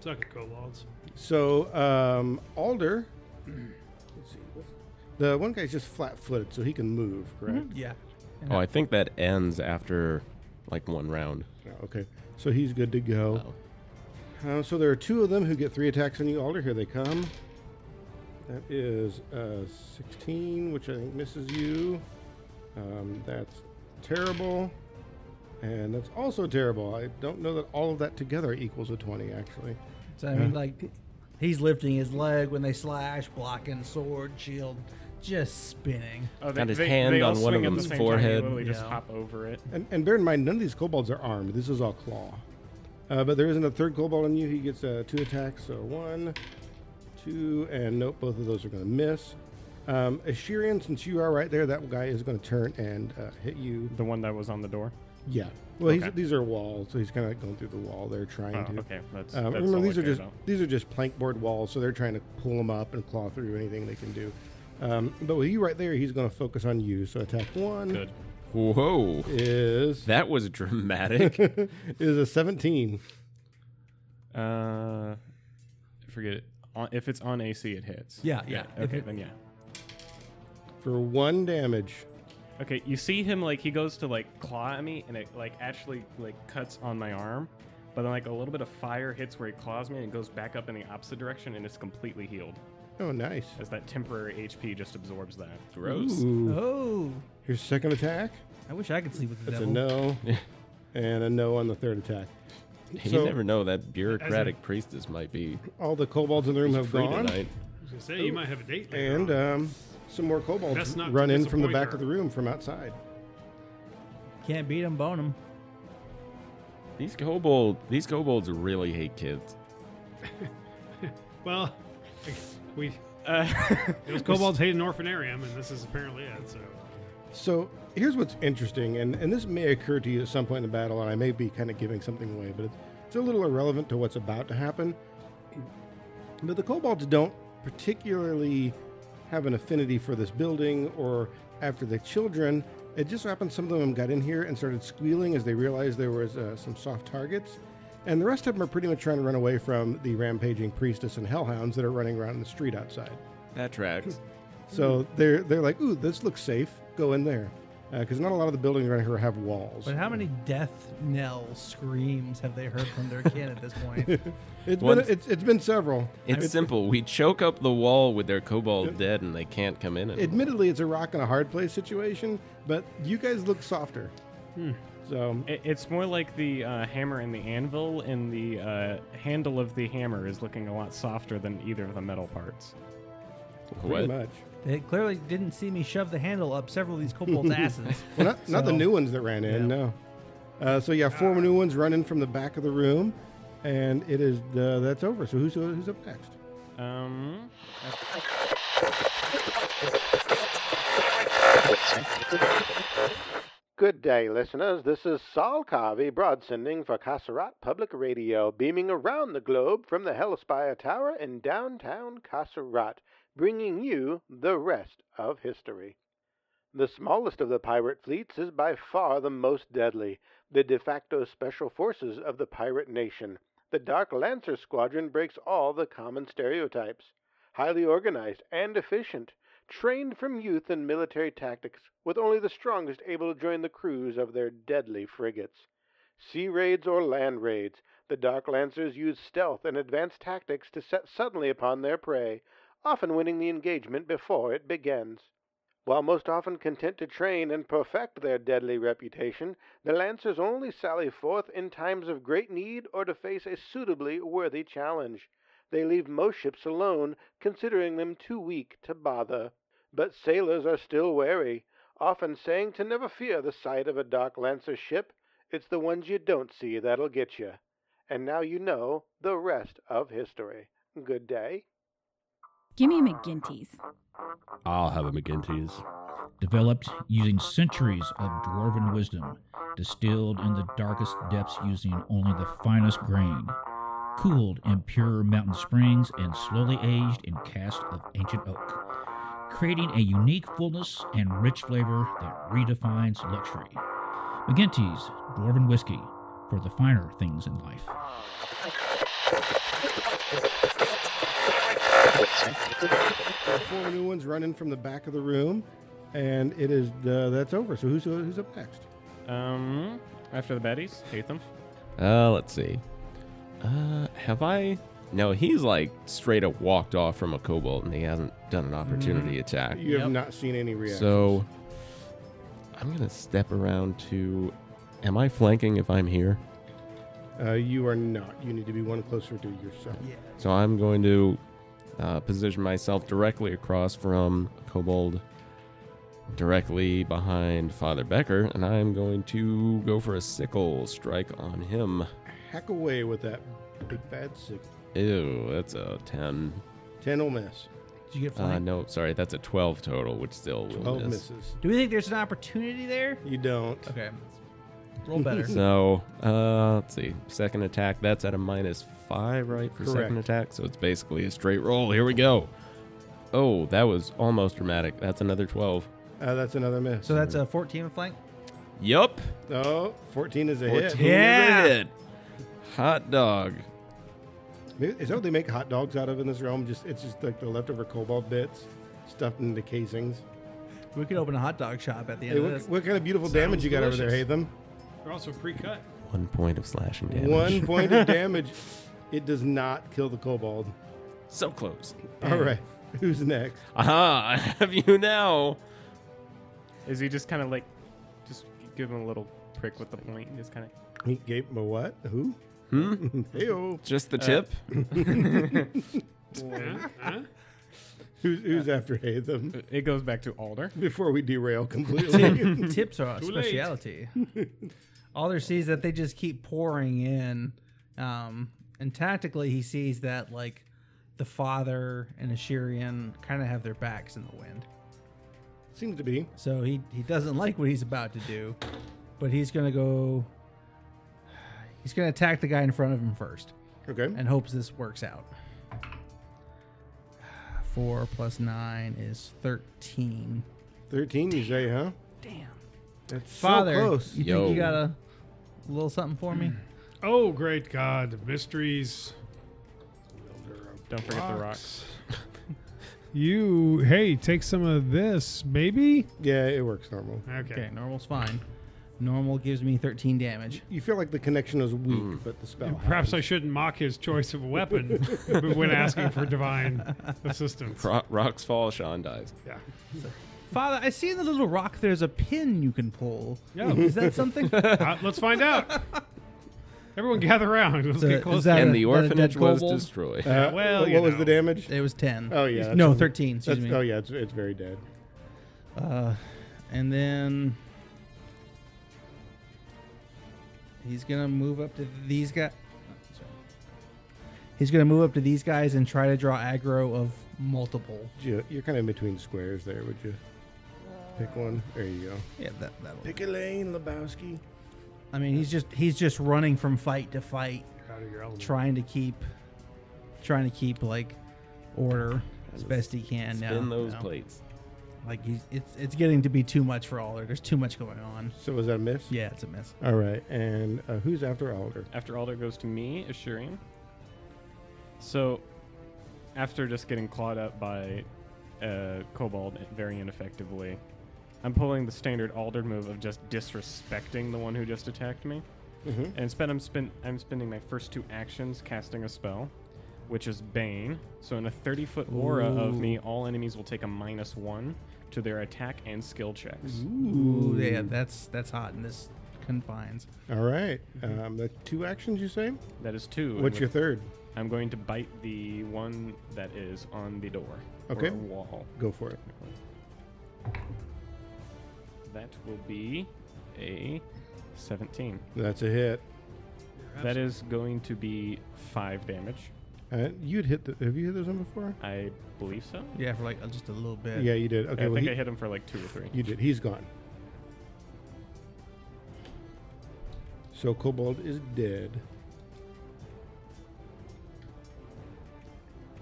Speaker 6: Suck it, kobolds.
Speaker 3: So, um, Alder, let's see. what's- The one guy's just flat footed, so he can move, correct?
Speaker 1: Yeah.
Speaker 5: Oh, I think that ends after like one round.
Speaker 3: Oh, Okay. So he's good to go.
Speaker 5: Oh.
Speaker 3: Uh, so there are two of them who get three attacks on you, Alder. Here they come. That is uh, 16, which I think misses you. Um, that's terrible. And that's also terrible. I don't know that all of that together equals a 20, actually.
Speaker 1: So I mean, like, he's lifting his leg when they slash, blocking, sword, shield, just spinning.
Speaker 4: Oh,
Speaker 5: Got his hand
Speaker 4: all
Speaker 5: on one
Speaker 4: swing
Speaker 5: of
Speaker 4: at the
Speaker 5: them's
Speaker 4: same time, you
Speaker 5: forehead.
Speaker 4: literally just
Speaker 1: Yeah.
Speaker 4: hop over it.
Speaker 3: And, and bear in mind, none of these kobolds are armed. This is all claw. Uh, but there isn't a third kobold on you. He gets uh, two attacks. So one, two, and nope, both of those are going to miss. Um, Ashirian, since you are right there, that guy is going to turn and uh, hit you.
Speaker 4: The one that was on the door.
Speaker 3: Yeah. Well, he's,
Speaker 4: Okay.
Speaker 3: these are walls, so he's kind of like going through the wall. They're trying
Speaker 4: Oh,
Speaker 3: to.
Speaker 4: okay, that's,
Speaker 3: Um,
Speaker 4: that's
Speaker 3: remember,
Speaker 4: all
Speaker 3: these
Speaker 4: I
Speaker 3: are
Speaker 4: care
Speaker 3: just
Speaker 4: about.
Speaker 3: these are just plank board walls, so they're trying to pull them up and claw through anything they can do. Um, but with you right there, he's going to focus on you. So attack one
Speaker 4: good.
Speaker 5: Whoa.
Speaker 3: is
Speaker 5: That was dramatic.
Speaker 3: is a seventeen.
Speaker 4: Uh, I forget it. On, if it's on AC, it hits.
Speaker 1: Yeah, yeah. If
Speaker 4: Okay,
Speaker 1: it-
Speaker 4: then yeah.
Speaker 3: for one damage.
Speaker 4: Okay, you see him like he goes to like claw at me, and it like actually like cuts on my arm, but then like a little bit of fire hits where he claws me, and it goes back up in the opposite direction, and it's completely healed
Speaker 3: Oh, nice.
Speaker 4: as that temporary HP just absorbs that.
Speaker 5: Gross.
Speaker 3: Ooh.
Speaker 1: Oh,
Speaker 3: Your second attack?
Speaker 1: I wish I could sleep with the
Speaker 3: That's a
Speaker 1: devil.
Speaker 3: no. and a no on the third attack.
Speaker 5: You
Speaker 3: So-
Speaker 5: never know that bureaucratic priestess might be
Speaker 3: All the kobolds in the room have
Speaker 5: free
Speaker 3: gone.
Speaker 5: tonight.
Speaker 6: I was gonna say
Speaker 4: Oh.
Speaker 6: you might have a date. later
Speaker 3: And
Speaker 6: on.
Speaker 4: uh,
Speaker 3: um, some more kobolds
Speaker 6: Best not to
Speaker 3: run in from the
Speaker 6: disappoint
Speaker 3: back
Speaker 6: her.
Speaker 3: of the room from outside.
Speaker 1: Can't beat him, bone him.
Speaker 5: These kobold, these kobolds really hate kids.
Speaker 6: well, we
Speaker 4: Uh,
Speaker 6: those kobolds hate an orphanarium, and this is apparently it. So
Speaker 3: So here's what's interesting, and, and this may occur to you at some point in the battle, and I may be kind of giving something away, but it's, it's a little irrelevant to what's about to happen. But the kobolds don't particularly have an affinity for this building or after the children. It just so happened some of them got in here and started squealing as they realized there was uh, some soft targets. And the rest of them are pretty much trying to run away from the rampaging priestess and hellhounds that are running around in the street outside.
Speaker 8: That tracks.
Speaker 3: So they're they're like, ooh, this looks safe. Go in there, because not a lot of the buildings around here have walls.
Speaker 7: But how many death knell screams have they heard from their kin at this point?
Speaker 3: It's been
Speaker 5: Once-
Speaker 3: it's, it's been several.
Speaker 5: It's simple. We choke up the wall with their kobold dead, and they can't come in. Anymore.
Speaker 3: Admittedly, it's a rock and a hard place situation, but you guys look softer. So
Speaker 4: It, it's more like the uh, hammer and the anvil, and the uh, handle of the hammer is looking a lot softer than either of the metal parts.
Speaker 3: pretty
Speaker 5: what?
Speaker 3: much.
Speaker 7: they clearly didn't see me shove the handle up several of these kobolds' asses.
Speaker 3: Well, not, not the
Speaker 7: So-
Speaker 3: new ones that ran in, no. Uh, so yeah, four new ones running from the back of the room, and it is the, that's over. So who's who's up next?
Speaker 4: Um,
Speaker 9: Good day, listeners. This is Saul Carvey broadsending for Kasserat Public Radio, beaming around the globe from the Hellespire Tower in downtown Kasserat, bringing you the rest of history. The smallest of the pirate fleets is by far the most deadly, the de facto special forces of the pirate nation. The Dark Lancer Squadron breaks all the common stereotypes. Highly organized and efficient, trained from youth in military tactics, with only the strongest able to join the crews of their deadly frigates. Sea raids or land raids, the Dark Lancers use stealth and advanced tactics to set suddenly upon their prey, often winning the engagement before it begins. While most often content to train and perfect their deadly reputation, the Lancers only sally forth in times of great need or to face a suitably worthy challenge. They leave most ships alone, considering them too weak to bother. But sailors are still wary, often saying to never fear the sight of a Dark Lancer ship. It's the ones you don't see that'll get you. And now you know the rest of history. Good day.
Speaker 10: Give me McGinty's.
Speaker 5: I'll have a McGinty's.
Speaker 11: developed using centuries of dwarven wisdom, distilled in the darkest depths using only the finest grain, cooled in pure mountain springs, and slowly aged in casks of ancient oak, creating a unique fullness and rich flavor that redefines luxury. McGinty's Dwarven Whiskey for the finer things in life.
Speaker 3: Four new ones running from the back of the room, and it is the that's over. So who's uh, who's up next?
Speaker 4: um, after the baddies, Hatham.
Speaker 5: Uh, let's see. Uh, have I? No, he's like straight up walked off from a kobold, and he hasn't done an opportunity attack.
Speaker 3: Mm-hmm. You have not seen any reactions.
Speaker 5: So I'm gonna step around to. Am I flanking if I'm here?
Speaker 3: uh, you are not. You need to be one closer to yourself.
Speaker 5: So I'm going to uh, position myself directly across from Kobold, directly behind Father Becker, and I'm going to go for a sickle strike on him.
Speaker 3: Hack away with that big bad six.
Speaker 5: Ew, that's a 10.
Speaker 3: Ten will miss.
Speaker 7: Did you get
Speaker 5: Uh,
Speaker 7: flanked?
Speaker 5: no, sorry, that's a 12 total, which still will
Speaker 3: Twelve
Speaker 5: miss.
Speaker 3: Oh, misses.
Speaker 7: Do we think there's an opportunity there?
Speaker 3: You don't.
Speaker 7: Okay. Roll better.
Speaker 5: So, uh, let's see. Second attack, that's at a minus five, right? For second
Speaker 3: Correct.
Speaker 5: attack. So it's basically a straight roll. Here we go. Oh, that was almost dramatic. That's another 12.
Speaker 3: Uh, that's another miss.
Speaker 7: so that's a 14 flank?
Speaker 5: Yup.
Speaker 3: oh, 14 is a
Speaker 5: 14
Speaker 3: hit.
Speaker 7: Yeah.
Speaker 5: is it. Hot dog.
Speaker 3: Maybe- Is that what they make hot dogs out of in this realm? Just it's just like the leftover cobalt bits stuffed into casings.
Speaker 7: We could open a hot dog shop at the end
Speaker 3: Hey,
Speaker 7: of
Speaker 3: what,
Speaker 7: this.
Speaker 3: what kind of beautiful damage you got over there, Hatham?
Speaker 6: They're also pre-cut.
Speaker 5: One point of slashing damage.
Speaker 3: One point of damage. It does not kill the kobold.
Speaker 5: So close.
Speaker 3: All right, who's next?
Speaker 5: Aha, I have you now.
Speaker 4: Is he just kind of like, just give him a little prick with the point, and just kind of.
Speaker 3: He gave him a what? Who?
Speaker 5: Hmm?
Speaker 3: Heyo.
Speaker 5: Just the tip?
Speaker 3: Who's, who's after Hatham?
Speaker 4: It goes back to Alder.
Speaker 3: Before we derail completely.
Speaker 7: Tips
Speaker 1: Uh,
Speaker 7: are a specialty. Alder sees that they just keep pouring in. Um, and tactically, he sees that, like, the father and Assyrian kind of have their backs in the wind.
Speaker 3: Seems to be.
Speaker 1: So he he doesn't like what he's about to do, but he's gonna go. He's gonna attack the guy in front of him first,
Speaker 3: Okay.
Speaker 1: and hopes this works out. Four plus nine is thirteen.
Speaker 3: 13, you say, huh? Damn. That's
Speaker 1: Father,
Speaker 3: so close.
Speaker 1: you
Speaker 5: Yo.
Speaker 1: think you got a little something for me?
Speaker 6: Oh, great God. Mysteries.
Speaker 4: Don't forget the rocks.
Speaker 6: You, hey, take some of this, maybe?
Speaker 3: Yeah, it works normal.
Speaker 6: Okay.
Speaker 1: Okay, normal's fine. Normal gives me thirteen damage.
Speaker 3: You feel like the connection is weak, but the spell.
Speaker 6: Perhaps I
Speaker 3: happens.
Speaker 6: shouldn't mock his choice of weapon when asking for divine assistance.
Speaker 5: Ro- rocks fall, Sean dies.
Speaker 6: Yeah.
Speaker 1: Father, I see in the little rock there's a pin you can pull.
Speaker 6: Yeah.
Speaker 1: Is that something?
Speaker 6: Uh, let's find out. Everyone gather around. Let's
Speaker 1: So
Speaker 6: get
Speaker 1: is
Speaker 6: close.
Speaker 1: that
Speaker 5: And
Speaker 1: a-
Speaker 5: the
Speaker 1: that a
Speaker 5: orphanage
Speaker 1: dead
Speaker 5: was
Speaker 1: kobold?
Speaker 5: destroyed.
Speaker 3: Uh,
Speaker 6: Well,
Speaker 3: what
Speaker 6: you
Speaker 3: was
Speaker 6: know.
Speaker 3: the damage?
Speaker 1: It was ten.
Speaker 3: Oh, yeah.
Speaker 1: No,
Speaker 3: that's-
Speaker 1: thirteen. Excuse
Speaker 3: that's-
Speaker 1: me.
Speaker 3: Oh, yeah, it's, it's very dead.
Speaker 1: Uh, and then he's gonna move up to these guys. He's gonna move up to these guys and try to draw aggro of multiple.
Speaker 3: You- You're kind of in between squares there, would you? Pick one. There you go.
Speaker 1: Yeah, that that'll.
Speaker 3: Pick a lane, Lebowski.
Speaker 1: I mean, he's just he's just running from fight to fight,
Speaker 6: Out of your element.
Speaker 1: trying to keep, trying to keep like order as best he can.
Speaker 5: Spin
Speaker 1: now,
Speaker 5: those
Speaker 1: now.
Speaker 5: plates.
Speaker 1: Like he's, it's it's getting to be too much for Alder. There's too much going on.
Speaker 3: So was that a miss?
Speaker 1: Yeah, it's a mess.
Speaker 3: All right. And uh, who's after Alder?
Speaker 4: After all, that goes to me, Ashurian. So, after just getting clawed up by uh, Kobold very ineffectively, I'm pulling the standard Alder move of just disrespecting the one who just attacked me.
Speaker 3: Mhm.
Speaker 4: And instead, I'm, spin- I'm spending my first two actions casting a spell, which is Bane. So, in a 30 foot aura of me, all enemies will take a minus one to their attack and skill checks.
Speaker 1: Ooh, yeah, that's that's hot in this confines.
Speaker 3: All right.
Speaker 4: Mm-hmm.
Speaker 3: Um, the two actions you say?
Speaker 4: That is two. and
Speaker 3: What's your
Speaker 4: with-
Speaker 3: third?
Speaker 4: I'm going to bite the one that is on the door.
Speaker 3: Okay.
Speaker 4: Or wall.
Speaker 3: Go for it.
Speaker 4: That will be a 17.
Speaker 3: That's a hit.
Speaker 4: That is going to be 5 damage.
Speaker 3: Uh, you'd hit the. Have you hit this one before?
Speaker 4: I believe so.
Speaker 1: Yeah, for like uh, just a little bit.
Speaker 3: Yeah, you did. Okay.
Speaker 4: I
Speaker 3: well,
Speaker 4: think
Speaker 3: he-
Speaker 4: I hit him for like 2 or 3.
Speaker 3: You did. He's gone. So Kobold is dead.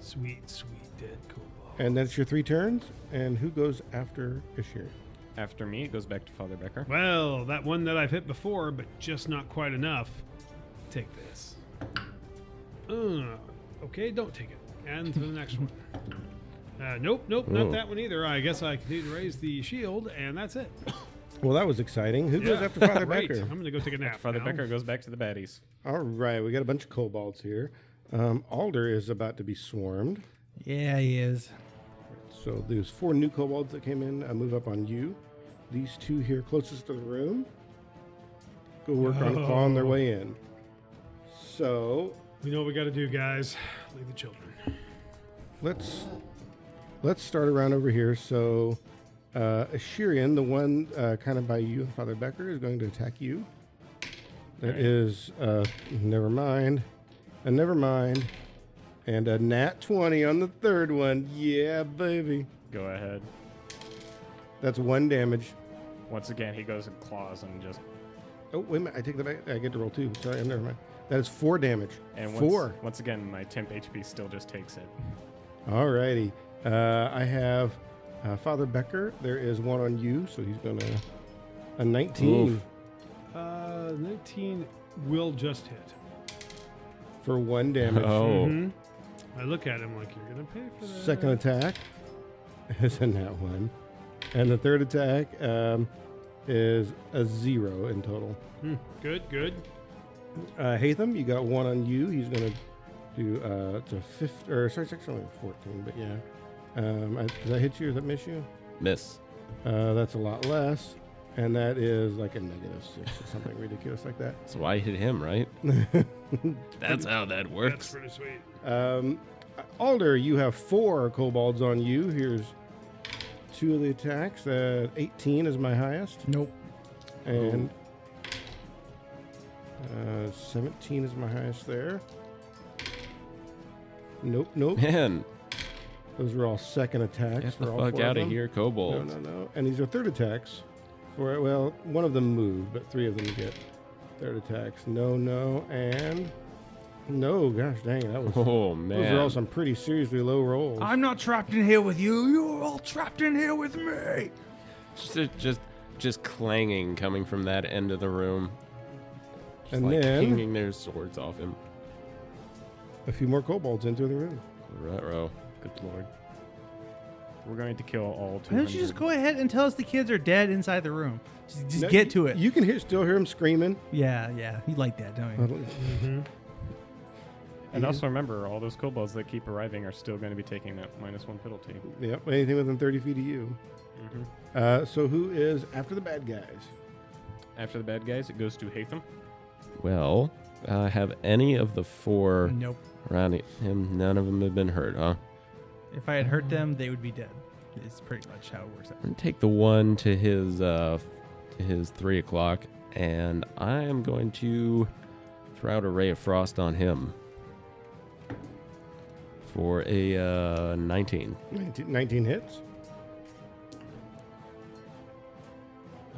Speaker 6: Sweet, sweet dead cobalt.
Speaker 3: And that's your three turns. And who goes after Ishir?
Speaker 4: After me, it goes back to Father Becker.
Speaker 6: Well, that one that I've hit before, but just not quite enough. Take this. Uh, okay, don't take it. And to the next one. Uh, nope, nope,
Speaker 5: Ooh.
Speaker 6: not that one either. I guess I continue to raise the shield, and that's it.
Speaker 3: Well, that was exciting. Who goes
Speaker 6: Yeah.
Speaker 3: after Father
Speaker 6: Great.
Speaker 3: Becker?
Speaker 6: I'm going to go take a nap.
Speaker 4: Father
Speaker 6: now.
Speaker 4: Becker goes back to the baddies.
Speaker 3: All right, we got a bunch of kobolds here. Um, Alder is about to be swarmed.
Speaker 1: yeah, he is.
Speaker 3: So there's four new kobolds that came in. I move up on you. These two here closest to the room. Go work on clawing their way in. So
Speaker 6: We know what we got to do, guys. Leave the children.
Speaker 3: let's let's start around over here. So uh, Ashirian, the one uh, kind of by you and Father Becker, is going to attack you. That is uh, never mind, and never mind, and a nat twenty on the third one. Yeah, baby.
Speaker 4: Go ahead.
Speaker 3: That's one damage.
Speaker 4: Once again, he goes and claws and just.
Speaker 3: Oh wait a minute, I take the back. I get to roll two. Sorry, never mind. That is four damage.
Speaker 4: And once,
Speaker 3: four.
Speaker 4: Once again, my temp HP still just takes it.
Speaker 3: Alrighty. Uh, I have uh, Father Becker. There is one on you, so he's gonna a nineteen
Speaker 5: Oof.
Speaker 6: Uh, 19 will just hit.
Speaker 3: for one damage.
Speaker 5: Oh,
Speaker 3: Mm-hmm.
Speaker 6: Mhm. I look at him like, you're going to pay for that.
Speaker 3: Second attack is a nat one, and the third attack um, is a zero in total.
Speaker 6: Hmm. Good, good.
Speaker 3: Uh, Hatham, you got one on you. He's gonna do uh, it's a fifth or sorry, it's actually only fourteen, but yeah. Um, I, does that hit you? Does that miss you?
Speaker 5: Oh, miss.
Speaker 3: Uh, that's a lot less, and that is like a negative six or something ridiculous like that.
Speaker 5: So I hit him, right? That's how that
Speaker 6: That's
Speaker 5: works.
Speaker 6: pretty sweet.
Speaker 3: Um, Alder, you have four kobolds on you. Here's two of the attacks. Uh, 18 is my highest,
Speaker 1: Nope.
Speaker 3: and
Speaker 5: Oh.
Speaker 3: uh, 17 is my highest there. Nope, nope.
Speaker 5: Man,
Speaker 3: Those were all second attacks.
Speaker 5: Get the
Speaker 3: for all
Speaker 5: fuck
Speaker 3: four
Speaker 5: out of
Speaker 3: them.
Speaker 5: here, kobold.
Speaker 3: No, no, no. And these are third attacks. For well, one of them moved, but three of them get third attacks. No, no, and no. Gosh dang, it, that was.
Speaker 5: Oh
Speaker 3: Those
Speaker 5: man.
Speaker 3: are all some pretty seriously low rolls.
Speaker 1: I'm not trapped in here with you. You're all trapped in here with me.
Speaker 5: just, just just clanging coming from that end of the room. Just
Speaker 3: and
Speaker 5: like
Speaker 3: then
Speaker 5: pinging their swords off him.
Speaker 3: a few more kobolds into the room.
Speaker 5: Ruh-roh.
Speaker 4: Good lord. We're going to kill all two.
Speaker 1: Why don't you just go ahead and tell us the kids are dead inside the room? Just, just
Speaker 3: No,
Speaker 1: get to it.
Speaker 3: You can hear, still hear them screaming.
Speaker 1: yeah, yeah. You like that, don't you?
Speaker 4: And also remember, all those kobolds that keep arriving are still going to be taking that minus one penalty.
Speaker 3: Yep, anything within 30 feet of you.
Speaker 5: Mm-hmm.
Speaker 3: Uh, so who is after the bad guys?
Speaker 4: After the bad guys, it goes to Hatham.
Speaker 5: Well, uh, have any of the four
Speaker 1: Nope.
Speaker 5: around him? None of them have been hurt, huh?
Speaker 1: If I had hurt them, they would be dead. It's pretty much how it works out.
Speaker 5: I'm gonna take the one to his uh to his three o'clock, and I am going to throw out a ray of frost on him for a uh, 19.
Speaker 3: 19, 19 hits.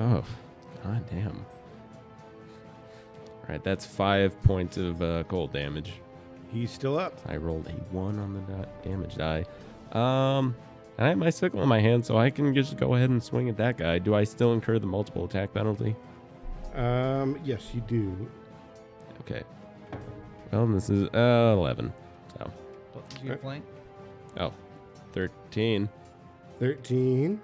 Speaker 5: Oh, god damn! All right, that's five points of uh, cold damage.
Speaker 3: He's still up.
Speaker 5: I rolled a one on the di- damage die. Um, and I have my sickle in my hand, so I can just go ahead and swing at that guy. Do I still incur the multiple attack penalty?
Speaker 3: Um, yes, you do.
Speaker 5: Okay. Well, this is uh, 11. So,
Speaker 1: Did you get flank?
Speaker 5: oh, 13.
Speaker 3: 13.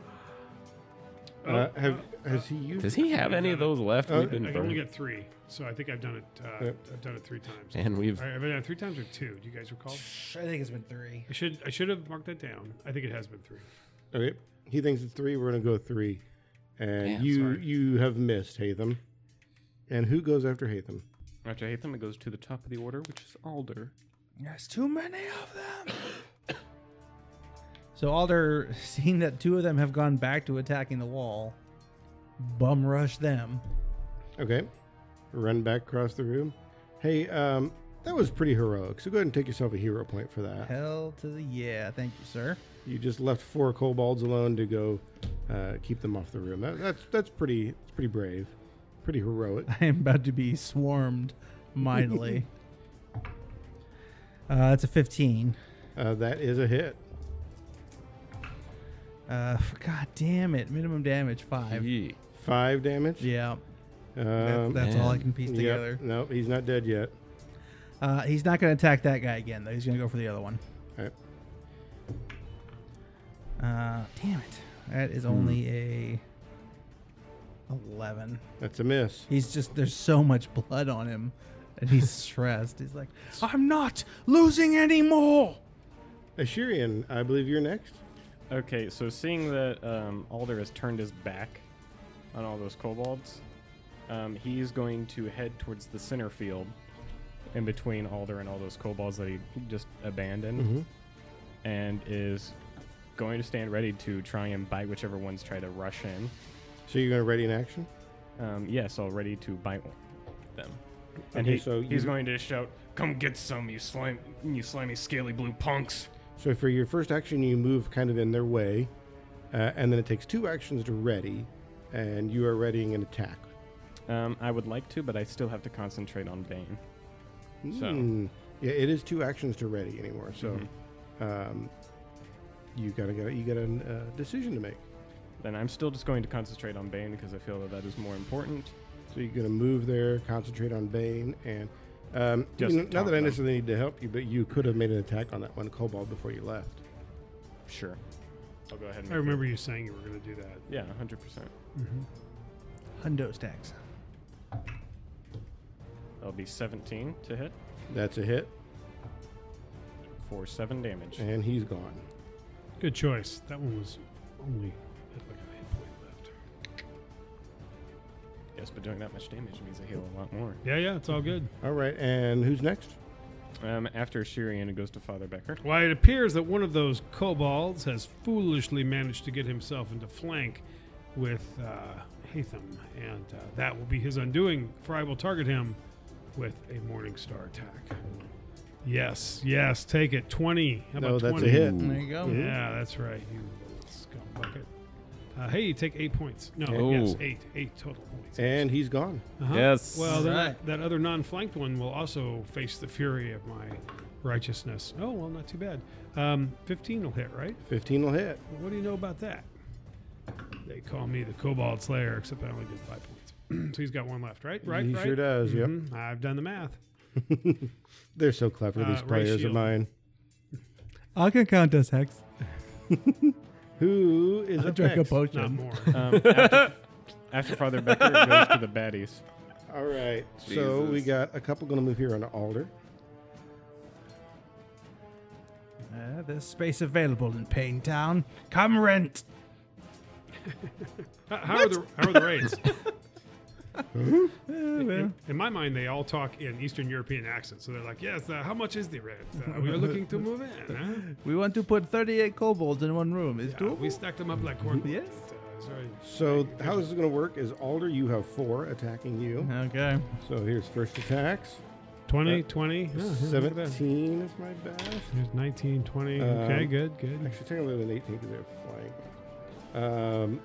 Speaker 3: Uh,
Speaker 6: Oh,
Speaker 3: have, has he used?
Speaker 5: Does he have any of those left?
Speaker 3: Uh,
Speaker 5: We've
Speaker 6: I
Speaker 5: been
Speaker 6: can only
Speaker 5: burned.
Speaker 6: get three, so I think I've done it. Uh,
Speaker 3: Yep.
Speaker 6: I've done it three times.
Speaker 5: And we've.
Speaker 6: All right, I've done it three times or two. Do you guys recall?
Speaker 1: I think it's been three.
Speaker 6: I should I should have marked that down. I think it has been three.
Speaker 3: Okay. He thinks it's three. We're gonna go three, and
Speaker 5: Damn,
Speaker 3: you
Speaker 5: sorry.
Speaker 3: you have missed Hatham. And who goes after Hatham?
Speaker 4: After Hatham, it goes to the top of the order, which is Alder.
Speaker 1: There's too many of them. so Alder, seeing that two of them have gone back to attacking the wall, bum rush them.
Speaker 3: Okay. Run back across the room. Hey, um, that was pretty heroic. So go ahead and take yourself a hero point for that.
Speaker 1: Hell to the yeah. Thank you, sir.
Speaker 3: You just left four kobolds alone to go uh, keep them off the room. That, that's that's pretty it's pretty brave, pretty heroic.
Speaker 1: I am about to be swarmed mightily. uh, that's a 15.
Speaker 3: Uh, that is a hit.
Speaker 1: Uh, for, God damn it. Minimum damage, five.
Speaker 5: Yee.
Speaker 3: Five damage.
Speaker 1: Yeah. That's,
Speaker 3: Um,
Speaker 1: that's all I
Speaker 5: man.
Speaker 1: can piece
Speaker 3: yep.
Speaker 1: together.
Speaker 3: Nope, he's not dead yet.
Speaker 1: Uh, he's not going to attack that guy again, though. He's going to go for the other one.
Speaker 3: All right.
Speaker 1: Uh, damn it. That is only a 11.
Speaker 3: That's a miss.
Speaker 1: He's just, there's so much blood on him. And he's stressed. He's like, I'm not losing anymore.
Speaker 3: Ashirian, I believe you're next.
Speaker 4: Okay, so seeing that um, Alder has turned his back on all those kobolds, um, he's going to head towards the center field in between Alder and all those kobolds that he just abandoned and is going to stand ready to try and bite whichever ones try to rush in.
Speaker 3: So you're going to ready an action.
Speaker 4: Um, yes, all ready to bite them. And
Speaker 3: Okay,
Speaker 4: he,
Speaker 3: so
Speaker 4: he's
Speaker 3: you-
Speaker 4: going to shout, "Come get some, you slime, you slimy, scaly blue punks!"
Speaker 3: So for your first action, you move kind of in their way, uh, and then it takes two actions to ready, and you are readying an attack.
Speaker 4: Um, I would like to, but I still have to concentrate on Bane. So-
Speaker 3: Mm. yeah, it is two actions to ready anymore. So, um, you gotta go. You got a uh, decision to make.
Speaker 4: Then I'm still just going to concentrate on Bane because I feel that that is more important.
Speaker 3: So you're gonna move there, concentrate on Bane, and um,
Speaker 4: Just
Speaker 3: you know, not
Speaker 4: taunt
Speaker 3: that I
Speaker 4: them.
Speaker 3: necessarily need to help you, but you could have made an attack on that one kobold before you left.
Speaker 4: Sure. I'll go ahead and.
Speaker 6: I remember you saying you were going to do that.
Speaker 4: Yeah, 100%.
Speaker 1: Hundo stacks.
Speaker 4: That'll be 17 to hit
Speaker 3: That's a hit,
Speaker 4: for 7 damage.
Speaker 3: and he's gone.
Speaker 6: Good choice. That one was only had like a hit point left.
Speaker 4: Yes, but doing that much damage means I heal a lot more.
Speaker 6: Yeah, yeah, it's all good.
Speaker 3: All right, and who's next?
Speaker 4: Um, after Shirian, it goes to Father Becker.
Speaker 6: Well, it appears that one of those kobolds has foolishly managed to get himself into flank with uh, Hatham, and uh, that will be his undoing, for I will target him with a Morningstar attack. Yes, yes. Take it. 20. How about
Speaker 3: No, that's a
Speaker 6: 20?
Speaker 3: hit.
Speaker 1: There you go.
Speaker 6: Yeah, that's right. You scum bucket. Uh, hey, you take eight points. No,
Speaker 5: Oh.
Speaker 6: yes, eight. Eight total points.
Speaker 3: And he's gone.
Speaker 6: Uh-huh.
Speaker 5: Yes.
Speaker 6: Well, that,
Speaker 1: Right.
Speaker 6: that other non flanked one will also face the fury of my righteousness. Oh, well, not too bad. Um, 15 will hit, right?
Speaker 3: 15 will hit.
Speaker 6: Well, what do you know about that? They call me the Cobalt Slayer, except I only did five points. so he's got one left, right? Right?
Speaker 3: He
Speaker 6: right?
Speaker 3: sure does, yep.
Speaker 6: Mhm. I've done the math.
Speaker 3: They're so clever,
Speaker 6: Uh,
Speaker 3: these
Speaker 6: Ray
Speaker 3: players
Speaker 6: Shield.
Speaker 3: of mine.
Speaker 1: I can count as hex.
Speaker 3: Who is
Speaker 1: I
Speaker 3: up
Speaker 1: drank a
Speaker 3: next?
Speaker 6: Not
Speaker 1: potion.
Speaker 6: more.
Speaker 4: Um, after, after Father Becker it goes to the baddies.
Speaker 3: All right. So we got a couple going to move here on Alder.
Speaker 1: Uh, there's space available in Pain Town. Come rent.
Speaker 6: How, how, are the, how are the raids?
Speaker 1: Uh, well,
Speaker 6: In, in my mind, they all talk in Eastern European accents. So they're like, yes, uh, how much is the rent? Uh, we are looking to move in. Huh?
Speaker 1: we want to put 38 kobolds in one room. Is
Speaker 6: Yeah,
Speaker 1: doable.
Speaker 6: we stacked them up like cornbread.
Speaker 1: Yes.
Speaker 6: Uh, it's very-
Speaker 3: So how this is going to work is Alder, you have four attacking you.
Speaker 6: Uh-huh.
Speaker 1: Okay.
Speaker 3: So here's first attacks.
Speaker 6: 20, 20. Oh, yeah, yeah, look at that.
Speaker 3: 17 is my best.
Speaker 6: There's 19, 20. okay,
Speaker 3: Um,
Speaker 6: good, good.
Speaker 3: Actually, technically than 18 because they're flying. Um,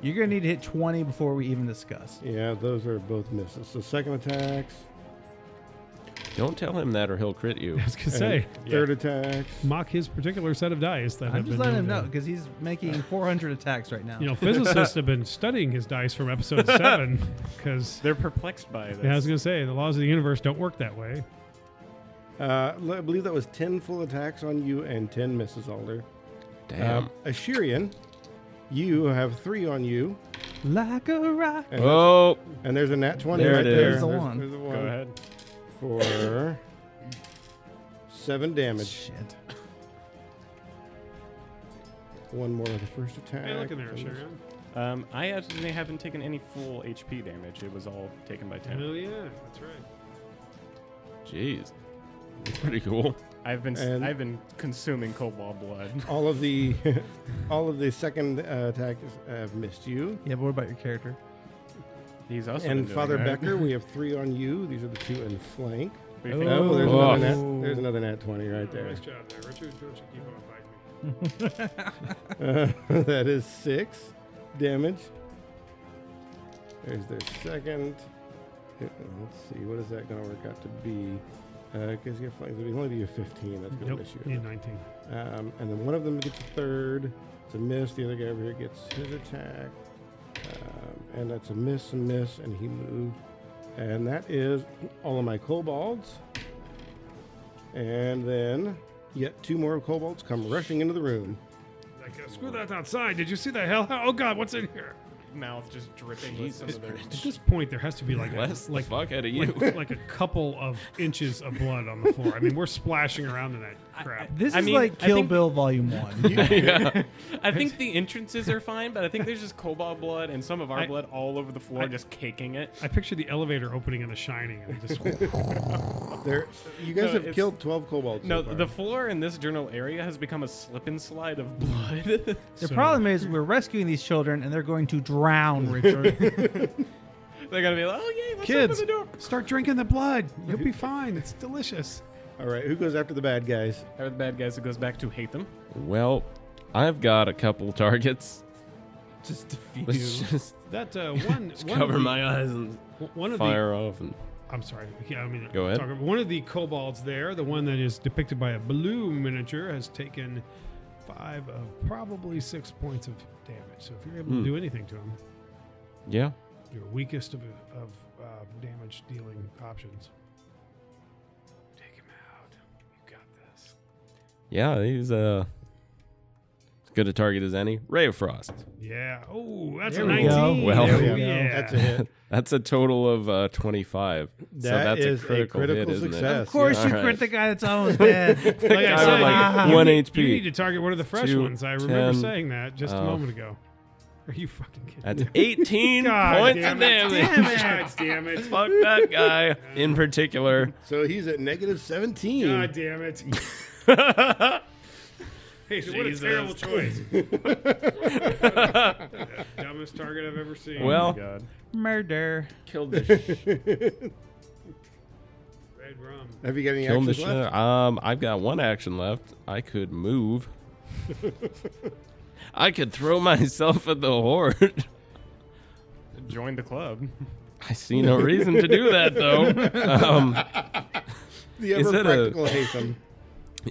Speaker 1: You're gonna need to hit 20 before we even discuss.
Speaker 3: yeah, those are both misses. So second attacks.
Speaker 5: Don't tell him that or he'll crit you.
Speaker 6: I was going to
Speaker 3: and
Speaker 6: say,
Speaker 3: Third attacks.
Speaker 6: mock his particular set of dice that
Speaker 1: I'm
Speaker 6: have
Speaker 1: just
Speaker 6: been
Speaker 1: letting him
Speaker 6: known
Speaker 1: know
Speaker 6: to-
Speaker 1: because he's making 400 attacks right now.
Speaker 6: You know, physicists have been studying his dice from episode 7 because,
Speaker 4: They're perplexed by this.
Speaker 6: yeah, I was going to say, the laws of the universe don't work that way.
Speaker 3: Uh, I believe that was 10 full attacks on you and 10 misses, Alder.
Speaker 5: Damn.
Speaker 3: Um, Ashirian, you have three on you.
Speaker 1: like a rock.
Speaker 3: And,
Speaker 5: oh,
Speaker 3: and there's a nat 20
Speaker 5: There
Speaker 3: right
Speaker 5: it
Speaker 3: there.
Speaker 5: is. There's
Speaker 1: the
Speaker 3: there's,
Speaker 1: one.
Speaker 3: there's a
Speaker 4: Go
Speaker 3: one
Speaker 4: ahead.
Speaker 3: For seven damage.
Speaker 1: Shit.
Speaker 3: One more with the first attack.
Speaker 6: Hey, look in there,
Speaker 3: And
Speaker 6: Shurian.
Speaker 4: Um, I actually haven't taken any full HP damage. It was all taken by 10.
Speaker 6: Oh, yeah, that's right.
Speaker 5: jeez. That's pretty cool.
Speaker 4: I've been s
Speaker 3: And-
Speaker 4: have been consuming cobalt blood.
Speaker 3: All of the, all of the second uh, attacks have missed you.
Speaker 1: Yeah, but what about your character?
Speaker 4: He's also been
Speaker 3: And
Speaker 4: doing
Speaker 3: Father
Speaker 4: that.
Speaker 3: Becker, we have three on you. These are the two in flank.
Speaker 4: What do you think?
Speaker 3: Oh, there's
Speaker 5: Oh.
Speaker 3: another nat. There's another nat twenty right
Speaker 6: Oh,
Speaker 3: there.
Speaker 6: Nice job there. Richard, don't you keep on fighting me.
Speaker 3: Uh, that is six damage. There's their second. Uh, Let's see, what is that going to work out to be? Uh, Because your flank would only be a fifteen. That's going to
Speaker 6: Nope,
Speaker 3: miss you.
Speaker 6: need 19.
Speaker 3: Um, and then one of them gets a third. It's a miss. The other guy over here gets his attack. Um, and that's a miss, a miss, and he moved. And that is all of my kobolds. And then yet two more kobolds come rushing into the room.
Speaker 6: Like, uh, screw that outside. Did you see that hell? Oh, God, what's in here?
Speaker 4: mouth just dripping with some of their.
Speaker 6: At this point, there has to be like a,
Speaker 5: Bless
Speaker 6: like
Speaker 5: the fuck out of you.
Speaker 6: like, like a couple of inches of blood on the floor. I mean, we're splashing around in that crap.
Speaker 1: This
Speaker 4: I
Speaker 1: is
Speaker 4: mean,
Speaker 1: like
Speaker 4: I
Speaker 1: Kill
Speaker 4: think-
Speaker 1: Bill Volume One.
Speaker 4: I think the entrances are fine, but I think there's just cobalt blood and some of our
Speaker 6: I-
Speaker 4: blood all over the floor,
Speaker 6: I-
Speaker 4: just caking it.
Speaker 6: I picture the elevator opening in The Shining, and just
Speaker 3: There, you guys
Speaker 4: No,
Speaker 3: have
Speaker 4: it's-
Speaker 3: killed twelve kobolds.
Speaker 4: No,
Speaker 3: so far.
Speaker 4: the floor in this journal area has become a slip and slide of blood.
Speaker 1: the problem is we're rescuing these children and they're going to drown, Richard.
Speaker 4: They're gonna be like, "Oh yay, let's
Speaker 6: kids,
Speaker 4: open the door."
Speaker 6: start drinking the blood. You'll be fine. It's delicious.
Speaker 3: all right. Who goes after the bad guys?
Speaker 4: Are the bad guys? It goes back to hate them.
Speaker 5: Well, I've got a couple targets.
Speaker 1: Just defeat
Speaker 5: Let's
Speaker 1: you.
Speaker 5: just
Speaker 6: That uh, one, one
Speaker 5: cover
Speaker 6: of the,
Speaker 5: my eyes and
Speaker 6: one of
Speaker 5: fire off. And
Speaker 6: the. I'm sorry. Yeah, I mean,
Speaker 5: Go ahead.
Speaker 6: talk- one of the kobolds there, the one that is depicted by a blue miniature, has taken five of probably six points of damage. So if you're able
Speaker 5: Hmm.
Speaker 6: to do anything to him,
Speaker 5: yeah,
Speaker 6: your weakest of, of uh, damage dealing options. Take him out. You got this.
Speaker 5: yeah, he's uh as good a target as any. Ray of Frost.
Speaker 6: Yeah. Oh, that's
Speaker 1: There
Speaker 6: a
Speaker 1: we
Speaker 6: 19.
Speaker 1: go.
Speaker 5: Well,
Speaker 6: There we
Speaker 5: Oh, yeah.
Speaker 6: go. yeah.
Speaker 3: That's a hit.
Speaker 5: That's a total of uh, 25. so
Speaker 3: That
Speaker 5: that's
Speaker 3: is
Speaker 5: a
Speaker 3: a
Speaker 5: critical, hit,
Speaker 3: critical
Speaker 5: isn't
Speaker 3: success.
Speaker 1: Of course,
Speaker 5: Yeah,
Speaker 1: you
Speaker 5: all
Speaker 1: crit
Speaker 5: right.
Speaker 1: the guy that's almost dead.
Speaker 5: it?
Speaker 6: Like I
Speaker 5: Down
Speaker 6: said,
Speaker 5: like
Speaker 6: you-
Speaker 5: one
Speaker 6: You need
Speaker 5: HP.
Speaker 6: to target one of the fresh
Speaker 5: Two,
Speaker 6: ones. I remember
Speaker 5: 10,
Speaker 6: saying that just a
Speaker 5: uh,
Speaker 6: moment ago. Are you fucking kidding
Speaker 5: That's
Speaker 6: me?
Speaker 5: 18
Speaker 6: God
Speaker 5: points
Speaker 6: damn
Speaker 5: of
Speaker 6: it.
Speaker 5: damage.
Speaker 6: God damn it.
Speaker 5: Fuck that guy in particular.
Speaker 3: So he's at negative seventeen.
Speaker 6: God damn it. hey, so what a
Speaker 5: Jesus.
Speaker 6: terrible choice. Dumbest target I've ever seen. Oh
Speaker 5: Well,
Speaker 4: God.
Speaker 1: Murder.
Speaker 5: killed the
Speaker 6: Red rum.
Speaker 3: Have you got any
Speaker 5: Kill
Speaker 3: actions
Speaker 5: the
Speaker 3: left?
Speaker 5: shit. Um, I've got one action left. I could move. I could throw myself at the horde.
Speaker 4: Join the club.
Speaker 5: I see no reason to do that though. Um,
Speaker 3: The
Speaker 5: Is
Speaker 3: ever
Speaker 5: that a-
Speaker 3: practical Haytham.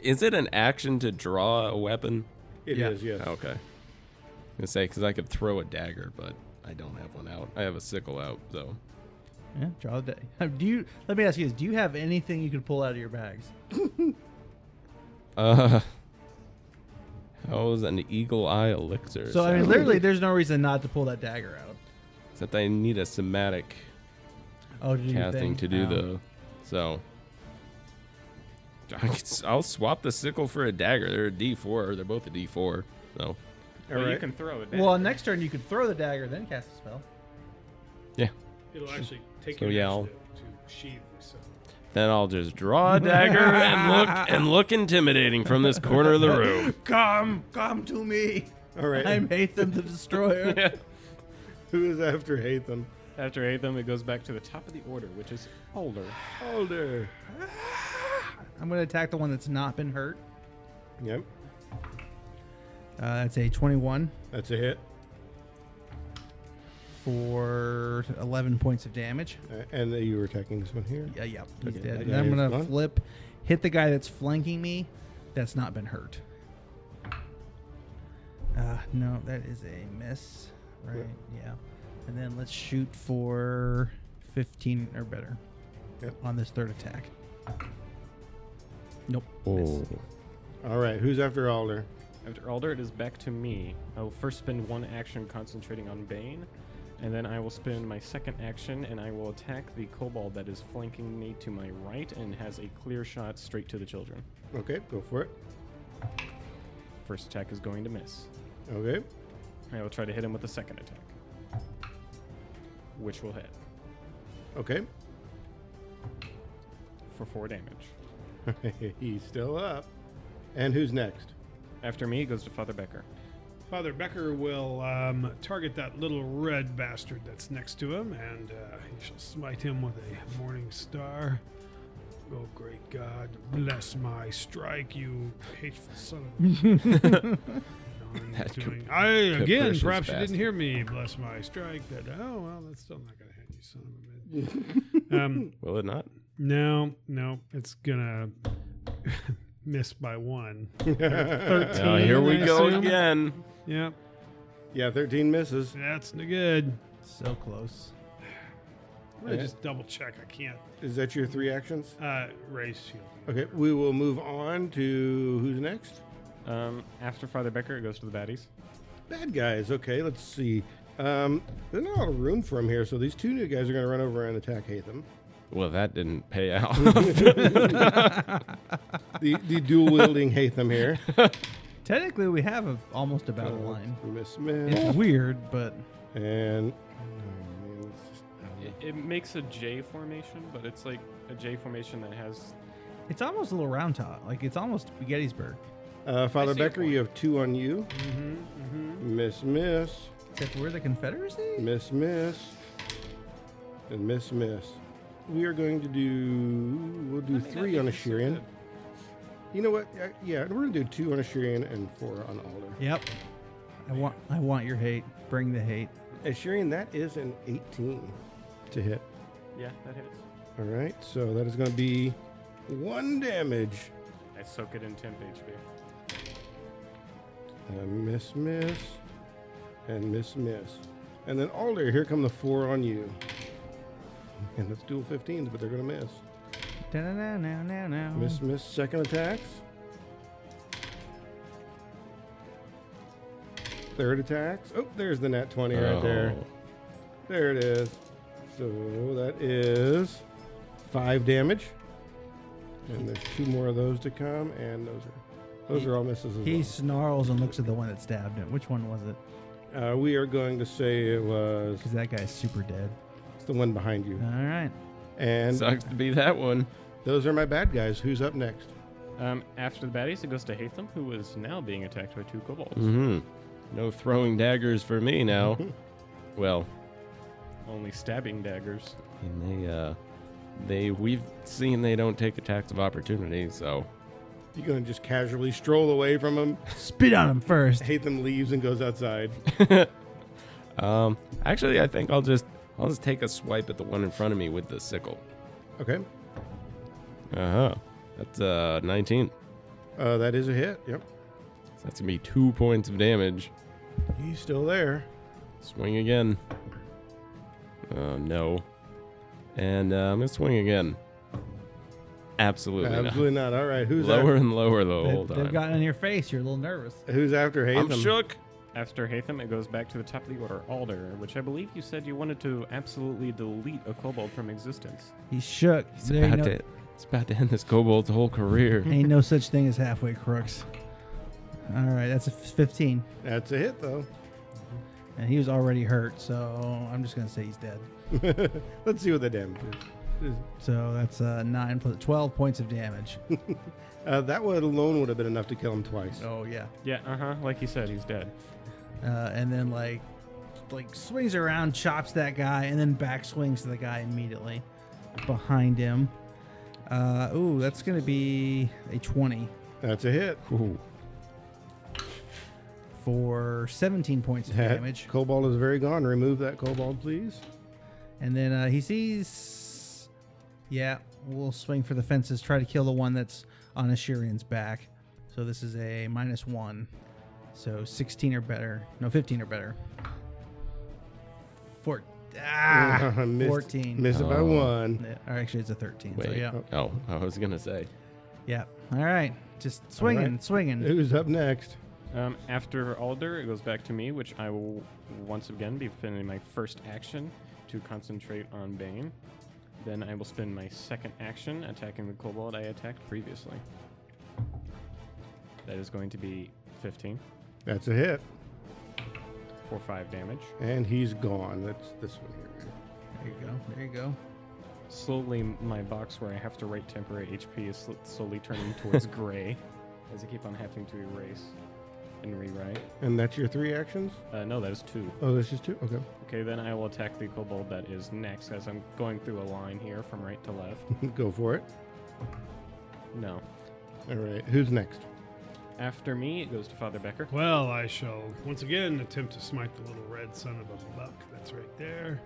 Speaker 5: is it an action to draw a weapon?
Speaker 3: It is,
Speaker 1: Yeah.
Speaker 3: yes.
Speaker 5: Okay. I'm gonna say because I could throw a dagger, but I don't have one out. I have a sickle out, so
Speaker 1: Yeah, draw the day. Do you? Let me ask you this: Do you have anything you could pull out of your bags?
Speaker 5: uh, how's an eagle eye elixir?
Speaker 1: So I mean,
Speaker 5: sound?
Speaker 1: literally, there's no reason not to pull that dagger out.
Speaker 5: except I need a somatic
Speaker 1: Oh, to do your
Speaker 5: casting
Speaker 1: thing.
Speaker 5: to do
Speaker 1: Um,
Speaker 5: the so. I could, s- I'll swap the sickle for a dagger. They're a D4. They're both a D4. So
Speaker 3: All
Speaker 4: Well, you
Speaker 3: right.
Speaker 4: can throw it.
Speaker 1: Well, next turn you could throw the dagger, then cast a spell.
Speaker 6: It'll actually take
Speaker 5: So,
Speaker 6: your
Speaker 5: yeah, I'll-
Speaker 6: initiative to sheathe. So.
Speaker 5: then I'll just draw a dagger and look and look intimidating from this corner of the room.
Speaker 1: Come, come to me.
Speaker 3: All right.
Speaker 1: I'm Hatham the Destroyer.
Speaker 3: Who is after Haytham?
Speaker 4: After eight, them it goes back to the top of the order, which is Holder.
Speaker 3: Holder.
Speaker 1: I'm gonna attack the one that's not been hurt.
Speaker 3: Yep.
Speaker 1: Uh, that's a 21
Speaker 3: That's a hit.
Speaker 1: for 11 points of damage.
Speaker 3: Uh, and uh, you were attacking this one here.
Speaker 1: Yeah, yeah, he's
Speaker 3: Okay,
Speaker 1: dead.
Speaker 3: that
Speaker 1: And I'm
Speaker 3: guy is
Speaker 1: gonna
Speaker 3: gone.
Speaker 1: flip, hit the guy that's flanking me, that's not been hurt. Uh, no, that is a miss, right? Yeah, and then let's shoot for 15 or better
Speaker 3: Yep.
Speaker 1: on this third attack. Nope.
Speaker 5: Oh.
Speaker 3: All right. Who's after Alder?
Speaker 4: After Alder, it is back to me. I will first spend one action concentrating on Bane, and then I will spend my second action and I will attack the kobold that is flanking me to my right and has a clear shot straight to the children.
Speaker 3: Okay. Go for it.
Speaker 4: First attack is going to miss.
Speaker 3: Okay.
Speaker 4: I will try to hit him with the second attack, which will hit
Speaker 3: Okay.
Speaker 4: for four damage.
Speaker 3: He's still up. And who's next?
Speaker 4: After me goes to Father Becker.
Speaker 6: Father Becker will um, target that little red bastard that's next to him, and uh, he shall smite him with a morning star. Oh, great God, bless my strike, you hateful son of. I'm
Speaker 5: That
Speaker 6: doing-
Speaker 5: cap-
Speaker 6: I again,
Speaker 5: capricious
Speaker 6: perhaps you
Speaker 5: bastard.
Speaker 6: didn't hear me. Bless my strike. That oh well, that's still not gonna hit you, son of a bitch. um,
Speaker 5: Will it not?
Speaker 6: no, no, it's gonna miss by one.
Speaker 5: Now here we
Speaker 6: I
Speaker 5: go
Speaker 6: assume.
Speaker 5: again.
Speaker 6: Yeah,
Speaker 3: Yeah, 13 misses.
Speaker 6: that's no good.
Speaker 1: So close.
Speaker 6: I'm gonna
Speaker 3: Yeah.
Speaker 6: just double check. I can't
Speaker 3: Is that your three actions?
Speaker 6: uh, raise shield.
Speaker 3: Okay, we will move on to who's next?
Speaker 4: Um, after Father Becker, it goes to the baddies.
Speaker 3: Bad guys. Okay, let's see. Um, there's not a lot of room for him here, so these two new guys are going to run over and attack Hatham.
Speaker 5: Well, that didn't pay out.
Speaker 3: The, the dual wielding Hatham here.
Speaker 1: Technically, we have a, almost a battle line.
Speaker 3: Miss Smith.
Speaker 1: It's weird, but
Speaker 3: And. oh, man, it's just-
Speaker 4: It, it makes a J formation, but it's like a J formation that has
Speaker 1: it's almost a little round top. Like it's almost Gettysburg,
Speaker 3: Uh, Father
Speaker 4: see your
Speaker 3: Becker,
Speaker 4: point.
Speaker 3: you have two on you.
Speaker 6: Mm-hmm, mm-hmm.
Speaker 3: Miss Miss.
Speaker 1: except we're the Confederacy.
Speaker 3: Miss Miss. And Miss Miss. We are going to do. We'll do three on Ashirian. You know what? Yeah, Yeah, we're going to do two on Ashirian and four on Alder.
Speaker 1: Yep. I want, I want your hate. Bring the hate.
Speaker 3: Ashirian, that is an 18 to hit.
Speaker 4: yeah, that hits.
Speaker 3: All right, so that is going to be one damage.
Speaker 4: I soak it in temp HP.
Speaker 3: Uh, miss, miss, and miss, miss. And then Alder, here come the four on you. And that's dual 15s, but they're going to miss.
Speaker 1: Da-na-na-na-na-na.
Speaker 3: Miss, miss, second attacks. Third attacks. Oh, there's the nat 20
Speaker 5: Oh.
Speaker 3: right there. There it is. So that is five damage. And there's two more of those to come, and those are those are all misses as
Speaker 1: He snarls and looks at the one that stabbed him. Which one was it?
Speaker 3: well. Uh, we are going to say it was
Speaker 1: Because that guy's super dead.
Speaker 3: it's the one behind you.
Speaker 1: All right.
Speaker 3: And
Speaker 5: Sucks to be that one.
Speaker 3: those are my bad guys. Who's up next?
Speaker 4: Um, after the baddies, it goes to Hatham, who is now being attacked by two kobolds.
Speaker 5: hmm No throwing daggers for me now. well,
Speaker 4: Only stabbing daggers.
Speaker 5: and they uh, They we've seen they don't take attacks of opportunity, so
Speaker 3: You gonna just casually stroll away from them,
Speaker 1: Spit on him first.
Speaker 3: Hatham leaves and goes outside.
Speaker 5: um actually I think I'll just I'll just take a swipe at the one in front of me with the sickle.
Speaker 3: Okay,
Speaker 5: Uh-huh. That's uh 19.
Speaker 3: uh, that is a hit. Yep,
Speaker 5: So that's gonna be two points of damage.
Speaker 3: he's still there.
Speaker 5: Swing again. Oh no. And uh, I'm gonna swing again. Absolutely, not.
Speaker 3: Absolutely not. All right, who's
Speaker 5: Lower and lower the whole
Speaker 1: They've,
Speaker 5: time.
Speaker 1: they've gotten in your face. You're a little nervous.
Speaker 3: After, who's after Hatham?
Speaker 5: I'm shook.
Speaker 4: After Hatham, it goes back to the top of the order, Alder, which I believe you said you wanted to absolutely delete a kobold from existence.
Speaker 1: He's shook.
Speaker 5: It's
Speaker 1: There ain't
Speaker 5: about,
Speaker 1: no,
Speaker 5: to, it's about to end this kobold's whole career.
Speaker 1: ain't no such thing as halfway crooks. All right, that's a 15.
Speaker 3: That's a hit though.
Speaker 1: And he was already hurt, so I'm just going to say he's dead.
Speaker 3: Let's see what the damage is.
Speaker 1: So that's uh, 9 plus 12 points of damage.
Speaker 3: Uh, that one alone would have been enough to kill him twice.
Speaker 1: oh, yeah.
Speaker 4: Yeah, uh huh. Like he said, he's dead.
Speaker 1: Uh, and then, like, like swings around, chops that guy, and then back swings to the guy immediately behind him. Uh, ooh, that's going to be a 20
Speaker 3: That's a hit.
Speaker 1: for 17 points of
Speaker 3: That
Speaker 1: damage.
Speaker 3: Cobalt is very gone. Remove that cobalt, please.
Speaker 1: And then uh, he sees. Yeah, we'll swing for the fences, try to kill the one that's on Assyrian's back. So this is a minus one. So 16 or better. No, 15 or better. Four, ah,
Speaker 3: Missed-
Speaker 1: 14.
Speaker 3: Missed it by
Speaker 5: Oh.
Speaker 3: one.
Speaker 1: Yeah, Or actually, it's a 13. So
Speaker 5: Wait.
Speaker 1: yeah.
Speaker 5: Oh, I was gonna say.
Speaker 1: Yeah. All right. Just swinging, swinging.
Speaker 3: Who's up next?
Speaker 4: Um, after Alder, it goes back to me, which I will once again be spending my first action to concentrate on Bane. Then I will spend my second action attacking the kobold I attacked previously. That is going to be 15
Speaker 3: That's a hit.
Speaker 4: for 5 damage.
Speaker 3: And he's gone. That's this one here.
Speaker 1: There you go. There you go.
Speaker 4: Slowly, my box where I have to write temporary HP is sl- slowly turning towards gray as I keep on having to erase and rewrite.
Speaker 3: And that's your three actions?
Speaker 4: Uh, no, that is 2.
Speaker 3: Oh, that's just two? Okay.
Speaker 4: Okay, then I will attack the kobold that is next as I'm going through a line here from right to left.
Speaker 3: Go for it.
Speaker 4: No.
Speaker 3: All right. Who's next?
Speaker 4: After me, it goes to Father Becker.
Speaker 6: Well, I shall once again attempt to smite the little red son of a buck that's right there.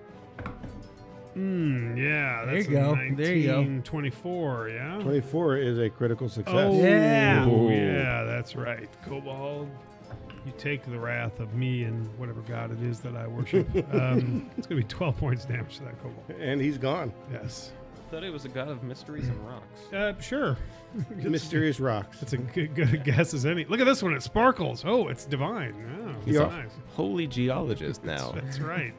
Speaker 6: Mm, yeah,
Speaker 1: There
Speaker 6: that's
Speaker 1: you
Speaker 6: a
Speaker 1: go. There you go.
Speaker 6: 19, 24, yeah?
Speaker 3: 24 is a critical success.
Speaker 6: Oh,
Speaker 1: Yeah.
Speaker 5: Ooh.
Speaker 6: yeah, that's right. Cobalt, you take the wrath of me and whatever god it is that I worship. um, it's going to be 12 points damage to that Cobalt.
Speaker 3: And he's gone.
Speaker 6: Yes.
Speaker 4: thought it was a god of mysteries and rocks.
Speaker 6: Uh, sure.
Speaker 3: Mysterious rocks.
Speaker 6: That's a good, good a guess as any. Look at this one. It sparkles. Oh, it's divine. Oh, that's
Speaker 3: Yeah.
Speaker 6: nice.
Speaker 5: Holy geologist now.
Speaker 6: That's right.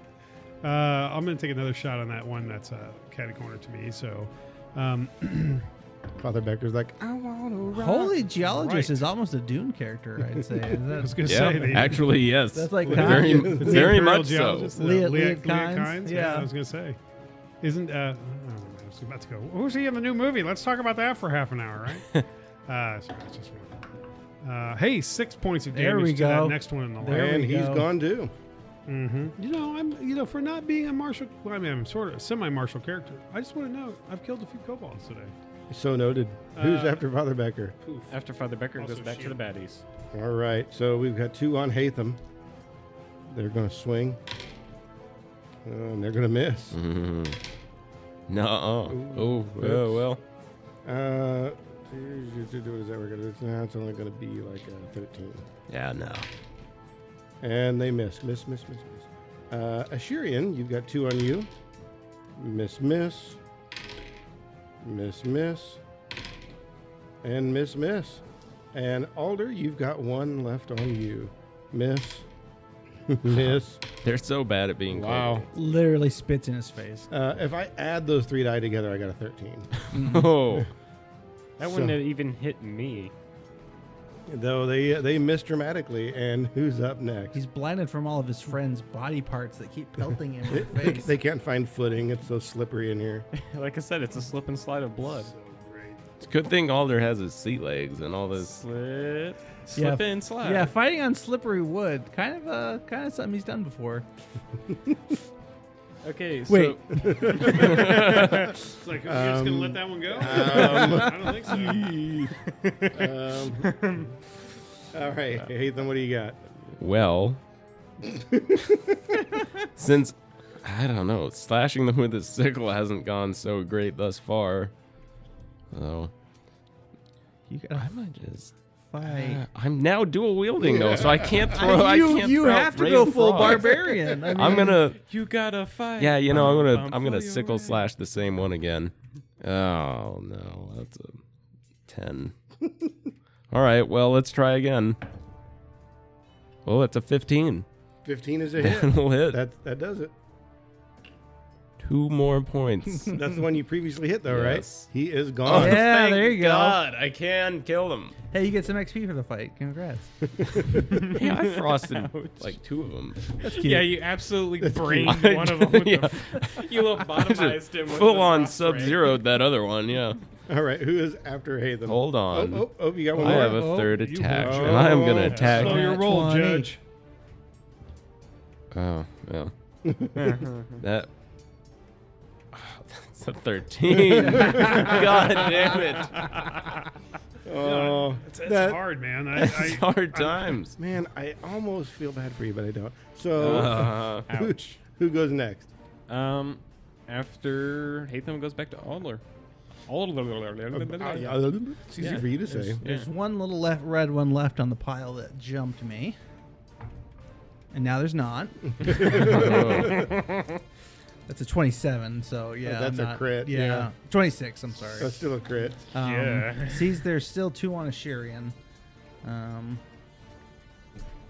Speaker 6: Uh, I'm going to take another shot on that one. That's a catty corner to me. So, um,
Speaker 3: Father Becker's like, I want to rock.
Speaker 1: Holy geologist
Speaker 6: Right.
Speaker 1: is almost a Dune character, I'd say. Is
Speaker 6: I was
Speaker 1: that
Speaker 6: going to
Speaker 5: Yeah,
Speaker 6: say the,
Speaker 5: actually yes.
Speaker 1: That's like
Speaker 5: very,
Speaker 1: Kanye.
Speaker 6: the
Speaker 5: very
Speaker 6: imperial
Speaker 5: much so.
Speaker 6: geologist, the
Speaker 1: Lea-
Speaker 6: Lea-
Speaker 1: Lea
Speaker 6: Lea
Speaker 1: Kynes,
Speaker 6: Kynes?
Speaker 1: yeah.
Speaker 6: I was going to say, isn't uh, I, don't know, I was about to go. Who's he in the new movie? Let's talk about that for half an hour, right? uh, sorry, it's just one. Uh, hey, six points of
Speaker 1: There
Speaker 6: damage
Speaker 1: we
Speaker 6: to
Speaker 1: go.
Speaker 6: that next one in the line.
Speaker 1: There
Speaker 3: And
Speaker 1: we
Speaker 3: he's
Speaker 1: go.
Speaker 3: gone too.
Speaker 6: Mm-hmm. You know, I'm you know for not being a martial. Well, I mean, I'm sort of a semi-martial character. I just want to know I've killed a few kobolds today.
Speaker 3: So noted. Who's
Speaker 6: Uh,
Speaker 3: after Father Becker?
Speaker 6: Poof.
Speaker 4: After Father Becker, it
Speaker 6: Also
Speaker 4: goes back to the
Speaker 6: shield.
Speaker 4: baddies.
Speaker 3: All right. So we've got two on Hatham. They're going to swing. Uh, and they're going to miss.
Speaker 5: Mhm. Nuh-uh.
Speaker 3: Ooh.
Speaker 5: Oh, well, well.
Speaker 3: Uh, what is that we're gonna do? It's, nah, it's only going to be like a 13.
Speaker 5: Yeah, no.
Speaker 3: And they miss. Miss, miss, miss, miss. Uh, Ashurian, you've got two on you. Miss, miss. Miss, miss. And miss, miss. And Alder, you've got one left on you. Miss. miss.
Speaker 5: They're so bad at being
Speaker 3: Wow.
Speaker 1: literally spits in his face?
Speaker 3: Uh, if I add those three die together, I got a 13.
Speaker 5: kobolds. Oh.
Speaker 4: That
Speaker 3: So-
Speaker 4: wouldn't have even hit me.
Speaker 3: Though they they miss dramatically. And who's up next?
Speaker 1: He's blinded from all of his friends' body parts that keep pelting him in the
Speaker 3: They-
Speaker 1: face.
Speaker 3: they can't find footing. It's so slippery in here.
Speaker 4: Like I said, it's a slip and slide of blood.
Speaker 6: So great.
Speaker 5: It's a good thing Alder has his sea legs and all this.
Speaker 4: Slip, slip
Speaker 1: Yeah,
Speaker 4: and slide.
Speaker 1: Yeah, fighting on slippery wood, kind of uh, kind of something he's done before.
Speaker 4: Okay, so
Speaker 1: Wait.
Speaker 6: It's like, are you just gonna
Speaker 3: Um,
Speaker 6: let that one go? I
Speaker 3: um,
Speaker 6: don't think so.
Speaker 3: um, all right, Ethan, what do you got?
Speaker 5: Well, since I don't know, slashing them with a sickle hasn't gone so great thus far. So you, I might just.
Speaker 1: Fight.
Speaker 5: I'm now dual wielding though, so I can't throw. I,
Speaker 1: you
Speaker 5: can't
Speaker 1: you
Speaker 5: throw
Speaker 1: have to
Speaker 5: brave
Speaker 1: go full
Speaker 5: frogs.
Speaker 1: barbarian. I mean,
Speaker 5: I'm gonna.
Speaker 4: you gotta fight.
Speaker 5: Yeah, you know, I'm gonna.
Speaker 4: Bum,
Speaker 5: I'm gonna
Speaker 4: bum, fly
Speaker 5: sickle
Speaker 4: away.
Speaker 5: slash the same one again. Oh no, that's a ten. All right, well, let's try again. Oh, that's a fifteen.
Speaker 3: 15 is a hit.
Speaker 5: Then we'll hit.
Speaker 3: that, that does it.
Speaker 5: Two more points.
Speaker 3: That's the one you previously hit, though,
Speaker 5: Yes.
Speaker 3: right? He is
Speaker 5: Oh,
Speaker 3: gone.
Speaker 1: Yeah,
Speaker 5: thank
Speaker 1: there you go.
Speaker 5: God, I can kill them.
Speaker 1: hey, you get some XP for the fight. Congrats.
Speaker 5: Hey, I frosted like two of them.
Speaker 4: Yeah, you absolutely brained
Speaker 5: I-
Speaker 4: one of them. With
Speaker 5: yeah.
Speaker 4: the, you lobotomized him. With
Speaker 5: Full
Speaker 4: the
Speaker 5: on
Speaker 4: rock
Speaker 5: sub
Speaker 4: spray.
Speaker 5: zeroed that other one, yeah.
Speaker 3: All right, who is after Ethan?
Speaker 5: Hold on.
Speaker 3: Oh, oh, oh, you got one
Speaker 5: I
Speaker 3: more.
Speaker 5: have a third
Speaker 6: you
Speaker 5: attack,
Speaker 3: roll.
Speaker 5: and I am gonna attack.
Speaker 6: Slow your roll,
Speaker 1: 20.
Speaker 6: Judge.
Speaker 5: Oh, well. that. Oh, that's a 13. God damn it.
Speaker 3: Oh,
Speaker 6: It's, it's
Speaker 3: that-
Speaker 6: hard, man. I,
Speaker 5: That's
Speaker 6: I,
Speaker 5: hard times.
Speaker 3: Man, I almost feel bad for you, but I don't. So,
Speaker 5: Uh,
Speaker 3: who, who goes next?
Speaker 4: Um, after Hatham goes back to Aldler.
Speaker 3: Oh,
Speaker 4: Aldler.
Speaker 3: Uh, It's easy for you to say.
Speaker 1: There's one little left, red one left on the pile that jumped me, and now there's not. That's a 27. So yeah,
Speaker 3: Oh, that's
Speaker 1: I'm
Speaker 3: a
Speaker 1: not-
Speaker 3: crit,
Speaker 1: Yeah,
Speaker 3: yeah.
Speaker 1: 26. I'm sorry.
Speaker 3: That's still a crit.
Speaker 6: Uh-huh.
Speaker 1: Um,
Speaker 6: Yeah.
Speaker 1: Sees there's still two on a Shirian. Um,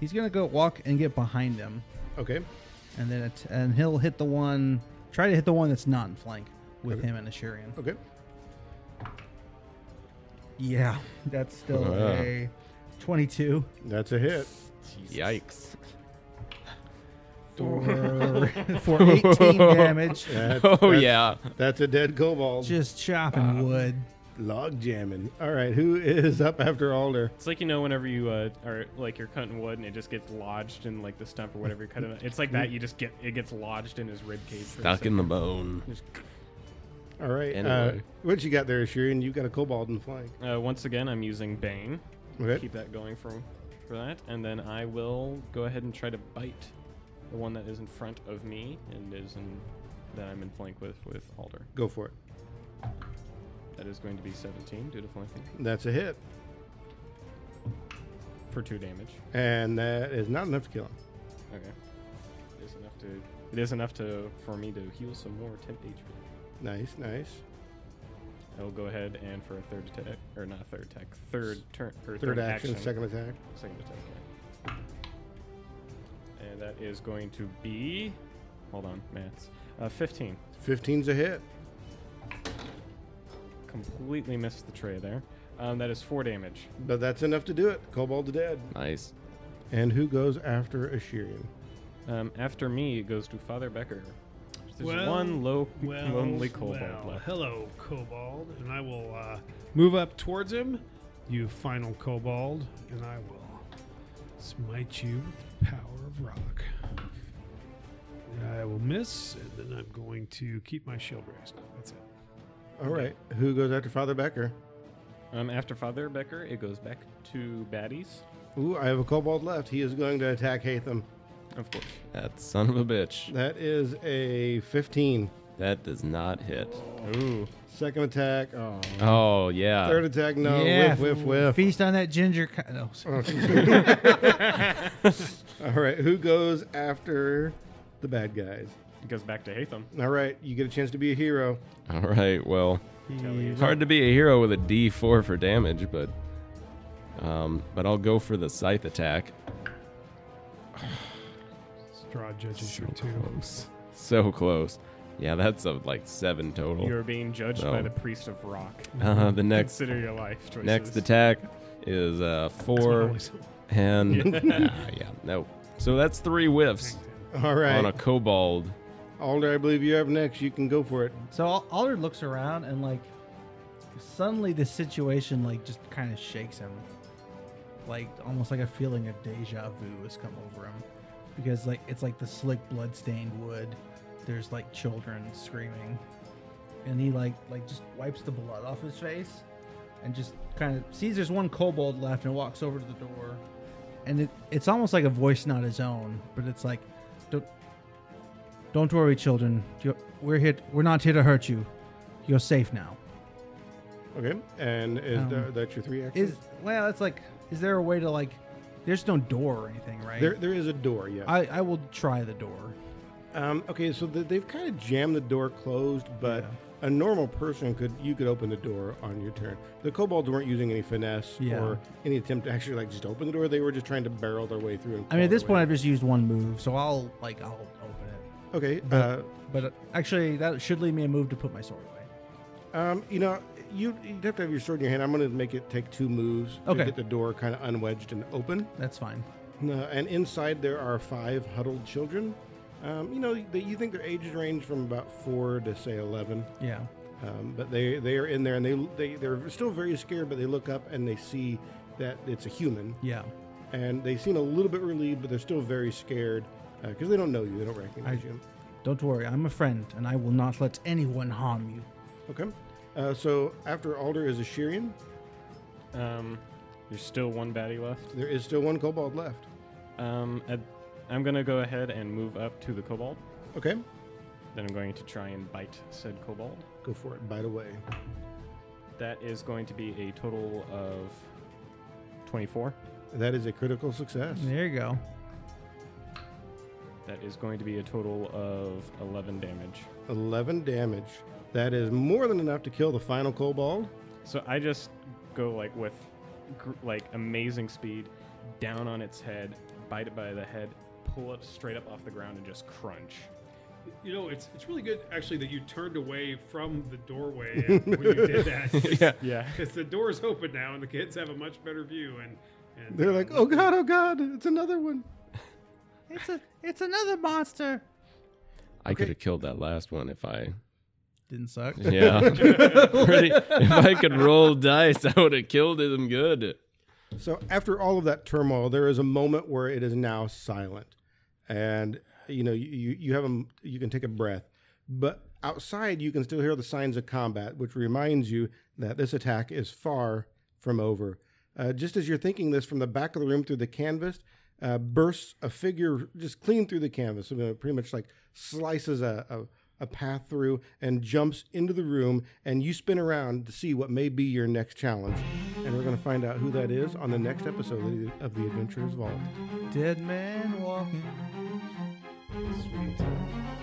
Speaker 1: he's gonna go walk and get behind him,
Speaker 3: Okay.
Speaker 1: and then it, and he'll hit the one. Try to hit the one that's not in flank with him and a Shirian.
Speaker 3: Okay.
Speaker 1: Yeah, that's still
Speaker 5: Wow.
Speaker 1: a 22.
Speaker 3: That's a hit.
Speaker 5: yikes.
Speaker 1: for, for 18 damage.
Speaker 3: That-
Speaker 5: Oh,
Speaker 3: that's-
Speaker 5: yeah.
Speaker 3: That's a dead kobold.
Speaker 1: Just chopping wood.
Speaker 3: Log jamming. All right, who is up after Alder?
Speaker 4: It's like you know whenever you uh, are like you're cutting wood and it just gets lodged in like the stump or whatever you're cutting. It's like that. You just get it gets lodged in his rib cage. for a
Speaker 5: Stuck in
Speaker 4: second.
Speaker 5: the bone.
Speaker 3: All right. Uh,
Speaker 5: Anyway.
Speaker 3: what you got there, Shurian? You've got a kobold in the flank.
Speaker 4: Uh, once again, I'm using Bane.
Speaker 3: Okay.
Speaker 4: Keep that going for for that, and then I will go ahead and try to bite the one that is in front of me and is in that I'm in flank with with Alder.
Speaker 3: Go for it.
Speaker 4: That is going to be 17 due to flanking
Speaker 3: That's a hit.
Speaker 4: for two damage.
Speaker 3: And that is not enough to kill him.
Speaker 4: Okay, it is enough to it is enough to for me to heal some more temp HP.
Speaker 3: Nice, nice.
Speaker 4: I will go ahead and for a third attack, or not a third attack, third turn, or
Speaker 3: Third, action, second attack.
Speaker 4: second attack. yeah. And that is going to be, hold on, maths, uh, 15.
Speaker 3: 15's a hit.
Speaker 4: Completely missed the tray there. Um, that is four damage.
Speaker 3: But that's enough to do it. Kobold dead.
Speaker 5: Nice.
Speaker 3: And who goes after Ashirian?
Speaker 4: Um, after me it goes to Father Becker. There's
Speaker 6: Well,
Speaker 4: one low,
Speaker 6: Well,
Speaker 4: lonely kobold
Speaker 6: well,
Speaker 4: left.
Speaker 6: hello, kobold, and I will uh, move up towards him, you final kobold, and I will smite you with the power of rock. And I will miss, and then I'm going to keep my shield raised. That's it.
Speaker 3: All right. Who goes after Father Becker?
Speaker 4: Um, after Father Becker, it goes back to Baddies,
Speaker 3: Ooh, I have a kobold left. He is going to attack Hatham.
Speaker 4: of course.
Speaker 5: That son of a bitch.
Speaker 3: That is a 15.
Speaker 5: That does not hit.
Speaker 4: Ooh.
Speaker 3: Second attack. Oh.
Speaker 5: Oh, yeah.
Speaker 3: Third attack. No.
Speaker 1: yeah,
Speaker 3: Whiff,
Speaker 1: f-
Speaker 3: whiff, whiff.
Speaker 1: Feast on that ginger. Co- no, sorry.
Speaker 3: All right. Who goes after the bad guys?
Speaker 4: It goes back to Hatham.
Speaker 3: All right. You get a chance to be a hero.
Speaker 5: All right, well.
Speaker 4: Retaliation.
Speaker 5: Hard to be a hero with a D4 for damage, but um, but I'll go for the scythe attack.
Speaker 6: Straw judges your two.
Speaker 5: close, Oh, so close. Yeah, that's a, like seven total.
Speaker 4: You're being judged by
Speaker 5: Oh.
Speaker 4: the priest of rock.
Speaker 5: Uh, the next
Speaker 4: Consider your life choices.
Speaker 5: next attack is uh, four
Speaker 6: Always-
Speaker 5: and Ah, yeah, no. So that's three whiffs
Speaker 3: All
Speaker 5: on
Speaker 3: right.
Speaker 5: a kobold.
Speaker 3: Alder, I believe you're up next. You can go for it.
Speaker 1: so Al- Alder looks around and like suddenly the situation like just kind of shakes him, like almost like a feeling of deja vu has come over him, because like it's like the slick blood-stained wood, there's like children screaming, and he like like just wipes the blood off his face, and just kind of sees there's one kobold left and walks over to the door, and it, it's almost like a voice not his own, but it's like, don't don't worry, children, You're, we're hit we're not here to hurt you, you're safe now.
Speaker 3: Okay, and is
Speaker 1: Um,
Speaker 3: tha- that's your three actions?
Speaker 1: Is well, it's like, is there a way to like? There's no door or anything, right?
Speaker 3: there, there is a door, yeah.
Speaker 1: I I will try the door.
Speaker 3: Um, okay, so th they've kind of jammed the door closed, but a normal person could you could open the door on your turn. The kobolds weren't using any finesse
Speaker 1: Yeah.
Speaker 3: or any attempt to actually like just open the door. They were just trying to barrel their way through. And
Speaker 1: I mean, at
Speaker 3: claw
Speaker 1: this
Speaker 3: their
Speaker 1: point,
Speaker 3: way
Speaker 1: I've just used one move, so I'll like I'll open it.
Speaker 3: in. okay, uh,
Speaker 1: But, but uh, actually, that should leave me a move to put my sword away.
Speaker 3: um, you know, you you'd have to have your sword in your hand. I'm going to make it take two moves
Speaker 1: Okay.
Speaker 3: to get the door kind of unwedged and open.
Speaker 1: That's fine.
Speaker 3: Uh, and inside there are five huddled children. Um, you know, they, you think their ages range from about four to say eleven.
Speaker 1: Yeah.
Speaker 3: Um, but they they are in there and they, they they're still very scared, but they look up and they see that it's a human,
Speaker 1: Yeah.
Speaker 3: and they seem a little bit relieved, but they're still very scared because they don't know you, they don't recognize
Speaker 1: I-
Speaker 3: you.
Speaker 1: Don't worry, I'm a friend, and I will not let anyone harm you.
Speaker 3: Okay, uh, so after Alder is a Shirian,
Speaker 4: Um, there's still one baddie left.
Speaker 3: there is still one Kobold left.
Speaker 4: Um, at- I'm gonna go ahead and move up to the kobold.
Speaker 3: Okay,
Speaker 4: Then I'm going to try and bite said kobold.
Speaker 3: go for it. By the way,
Speaker 4: That is going to be a total of 24.
Speaker 3: that is a critical success.
Speaker 1: There you go.
Speaker 4: That is going to be a total of 11 damage.
Speaker 3: Eleven damage. That is more than enough to kill the final Kobold.
Speaker 4: So I just go like with gr- like amazing speed down on its head, bite it by the head, pull it straight up off the ground, and just crunch.
Speaker 6: You know, it's it's really good actually that you turned away from the doorway and when you did that. yeah,
Speaker 4: Yeah.
Speaker 6: because the door's open now and the kids have a much better view and. and
Speaker 3: They're
Speaker 6: uh,
Speaker 3: like, oh god, oh god, it's another one.
Speaker 1: It's a it's another monster.
Speaker 5: I could have killed that last one if I.
Speaker 1: Didn't suck.
Speaker 5: Yeah. Pretty- if I could roll dice, I would have killed him good.
Speaker 3: So after all of that turmoil, there is a moment where it is now silent, and you know you you, you have a you can take a breath, but outside you can still hear the signs of combat, which reminds you that this attack is far from over. Uh, just as you're thinking this, from the back of the room through the canvas, uh, bursts a figure just clean through the canvas, uh, pretty much like slices a. a a path through and jumps into the room, and you spin around to see what may be your next challenge. And we're going to find out who that is on the next episode of the- of The Adventures Vault.
Speaker 1: Dead man walking.
Speaker 6: sweet.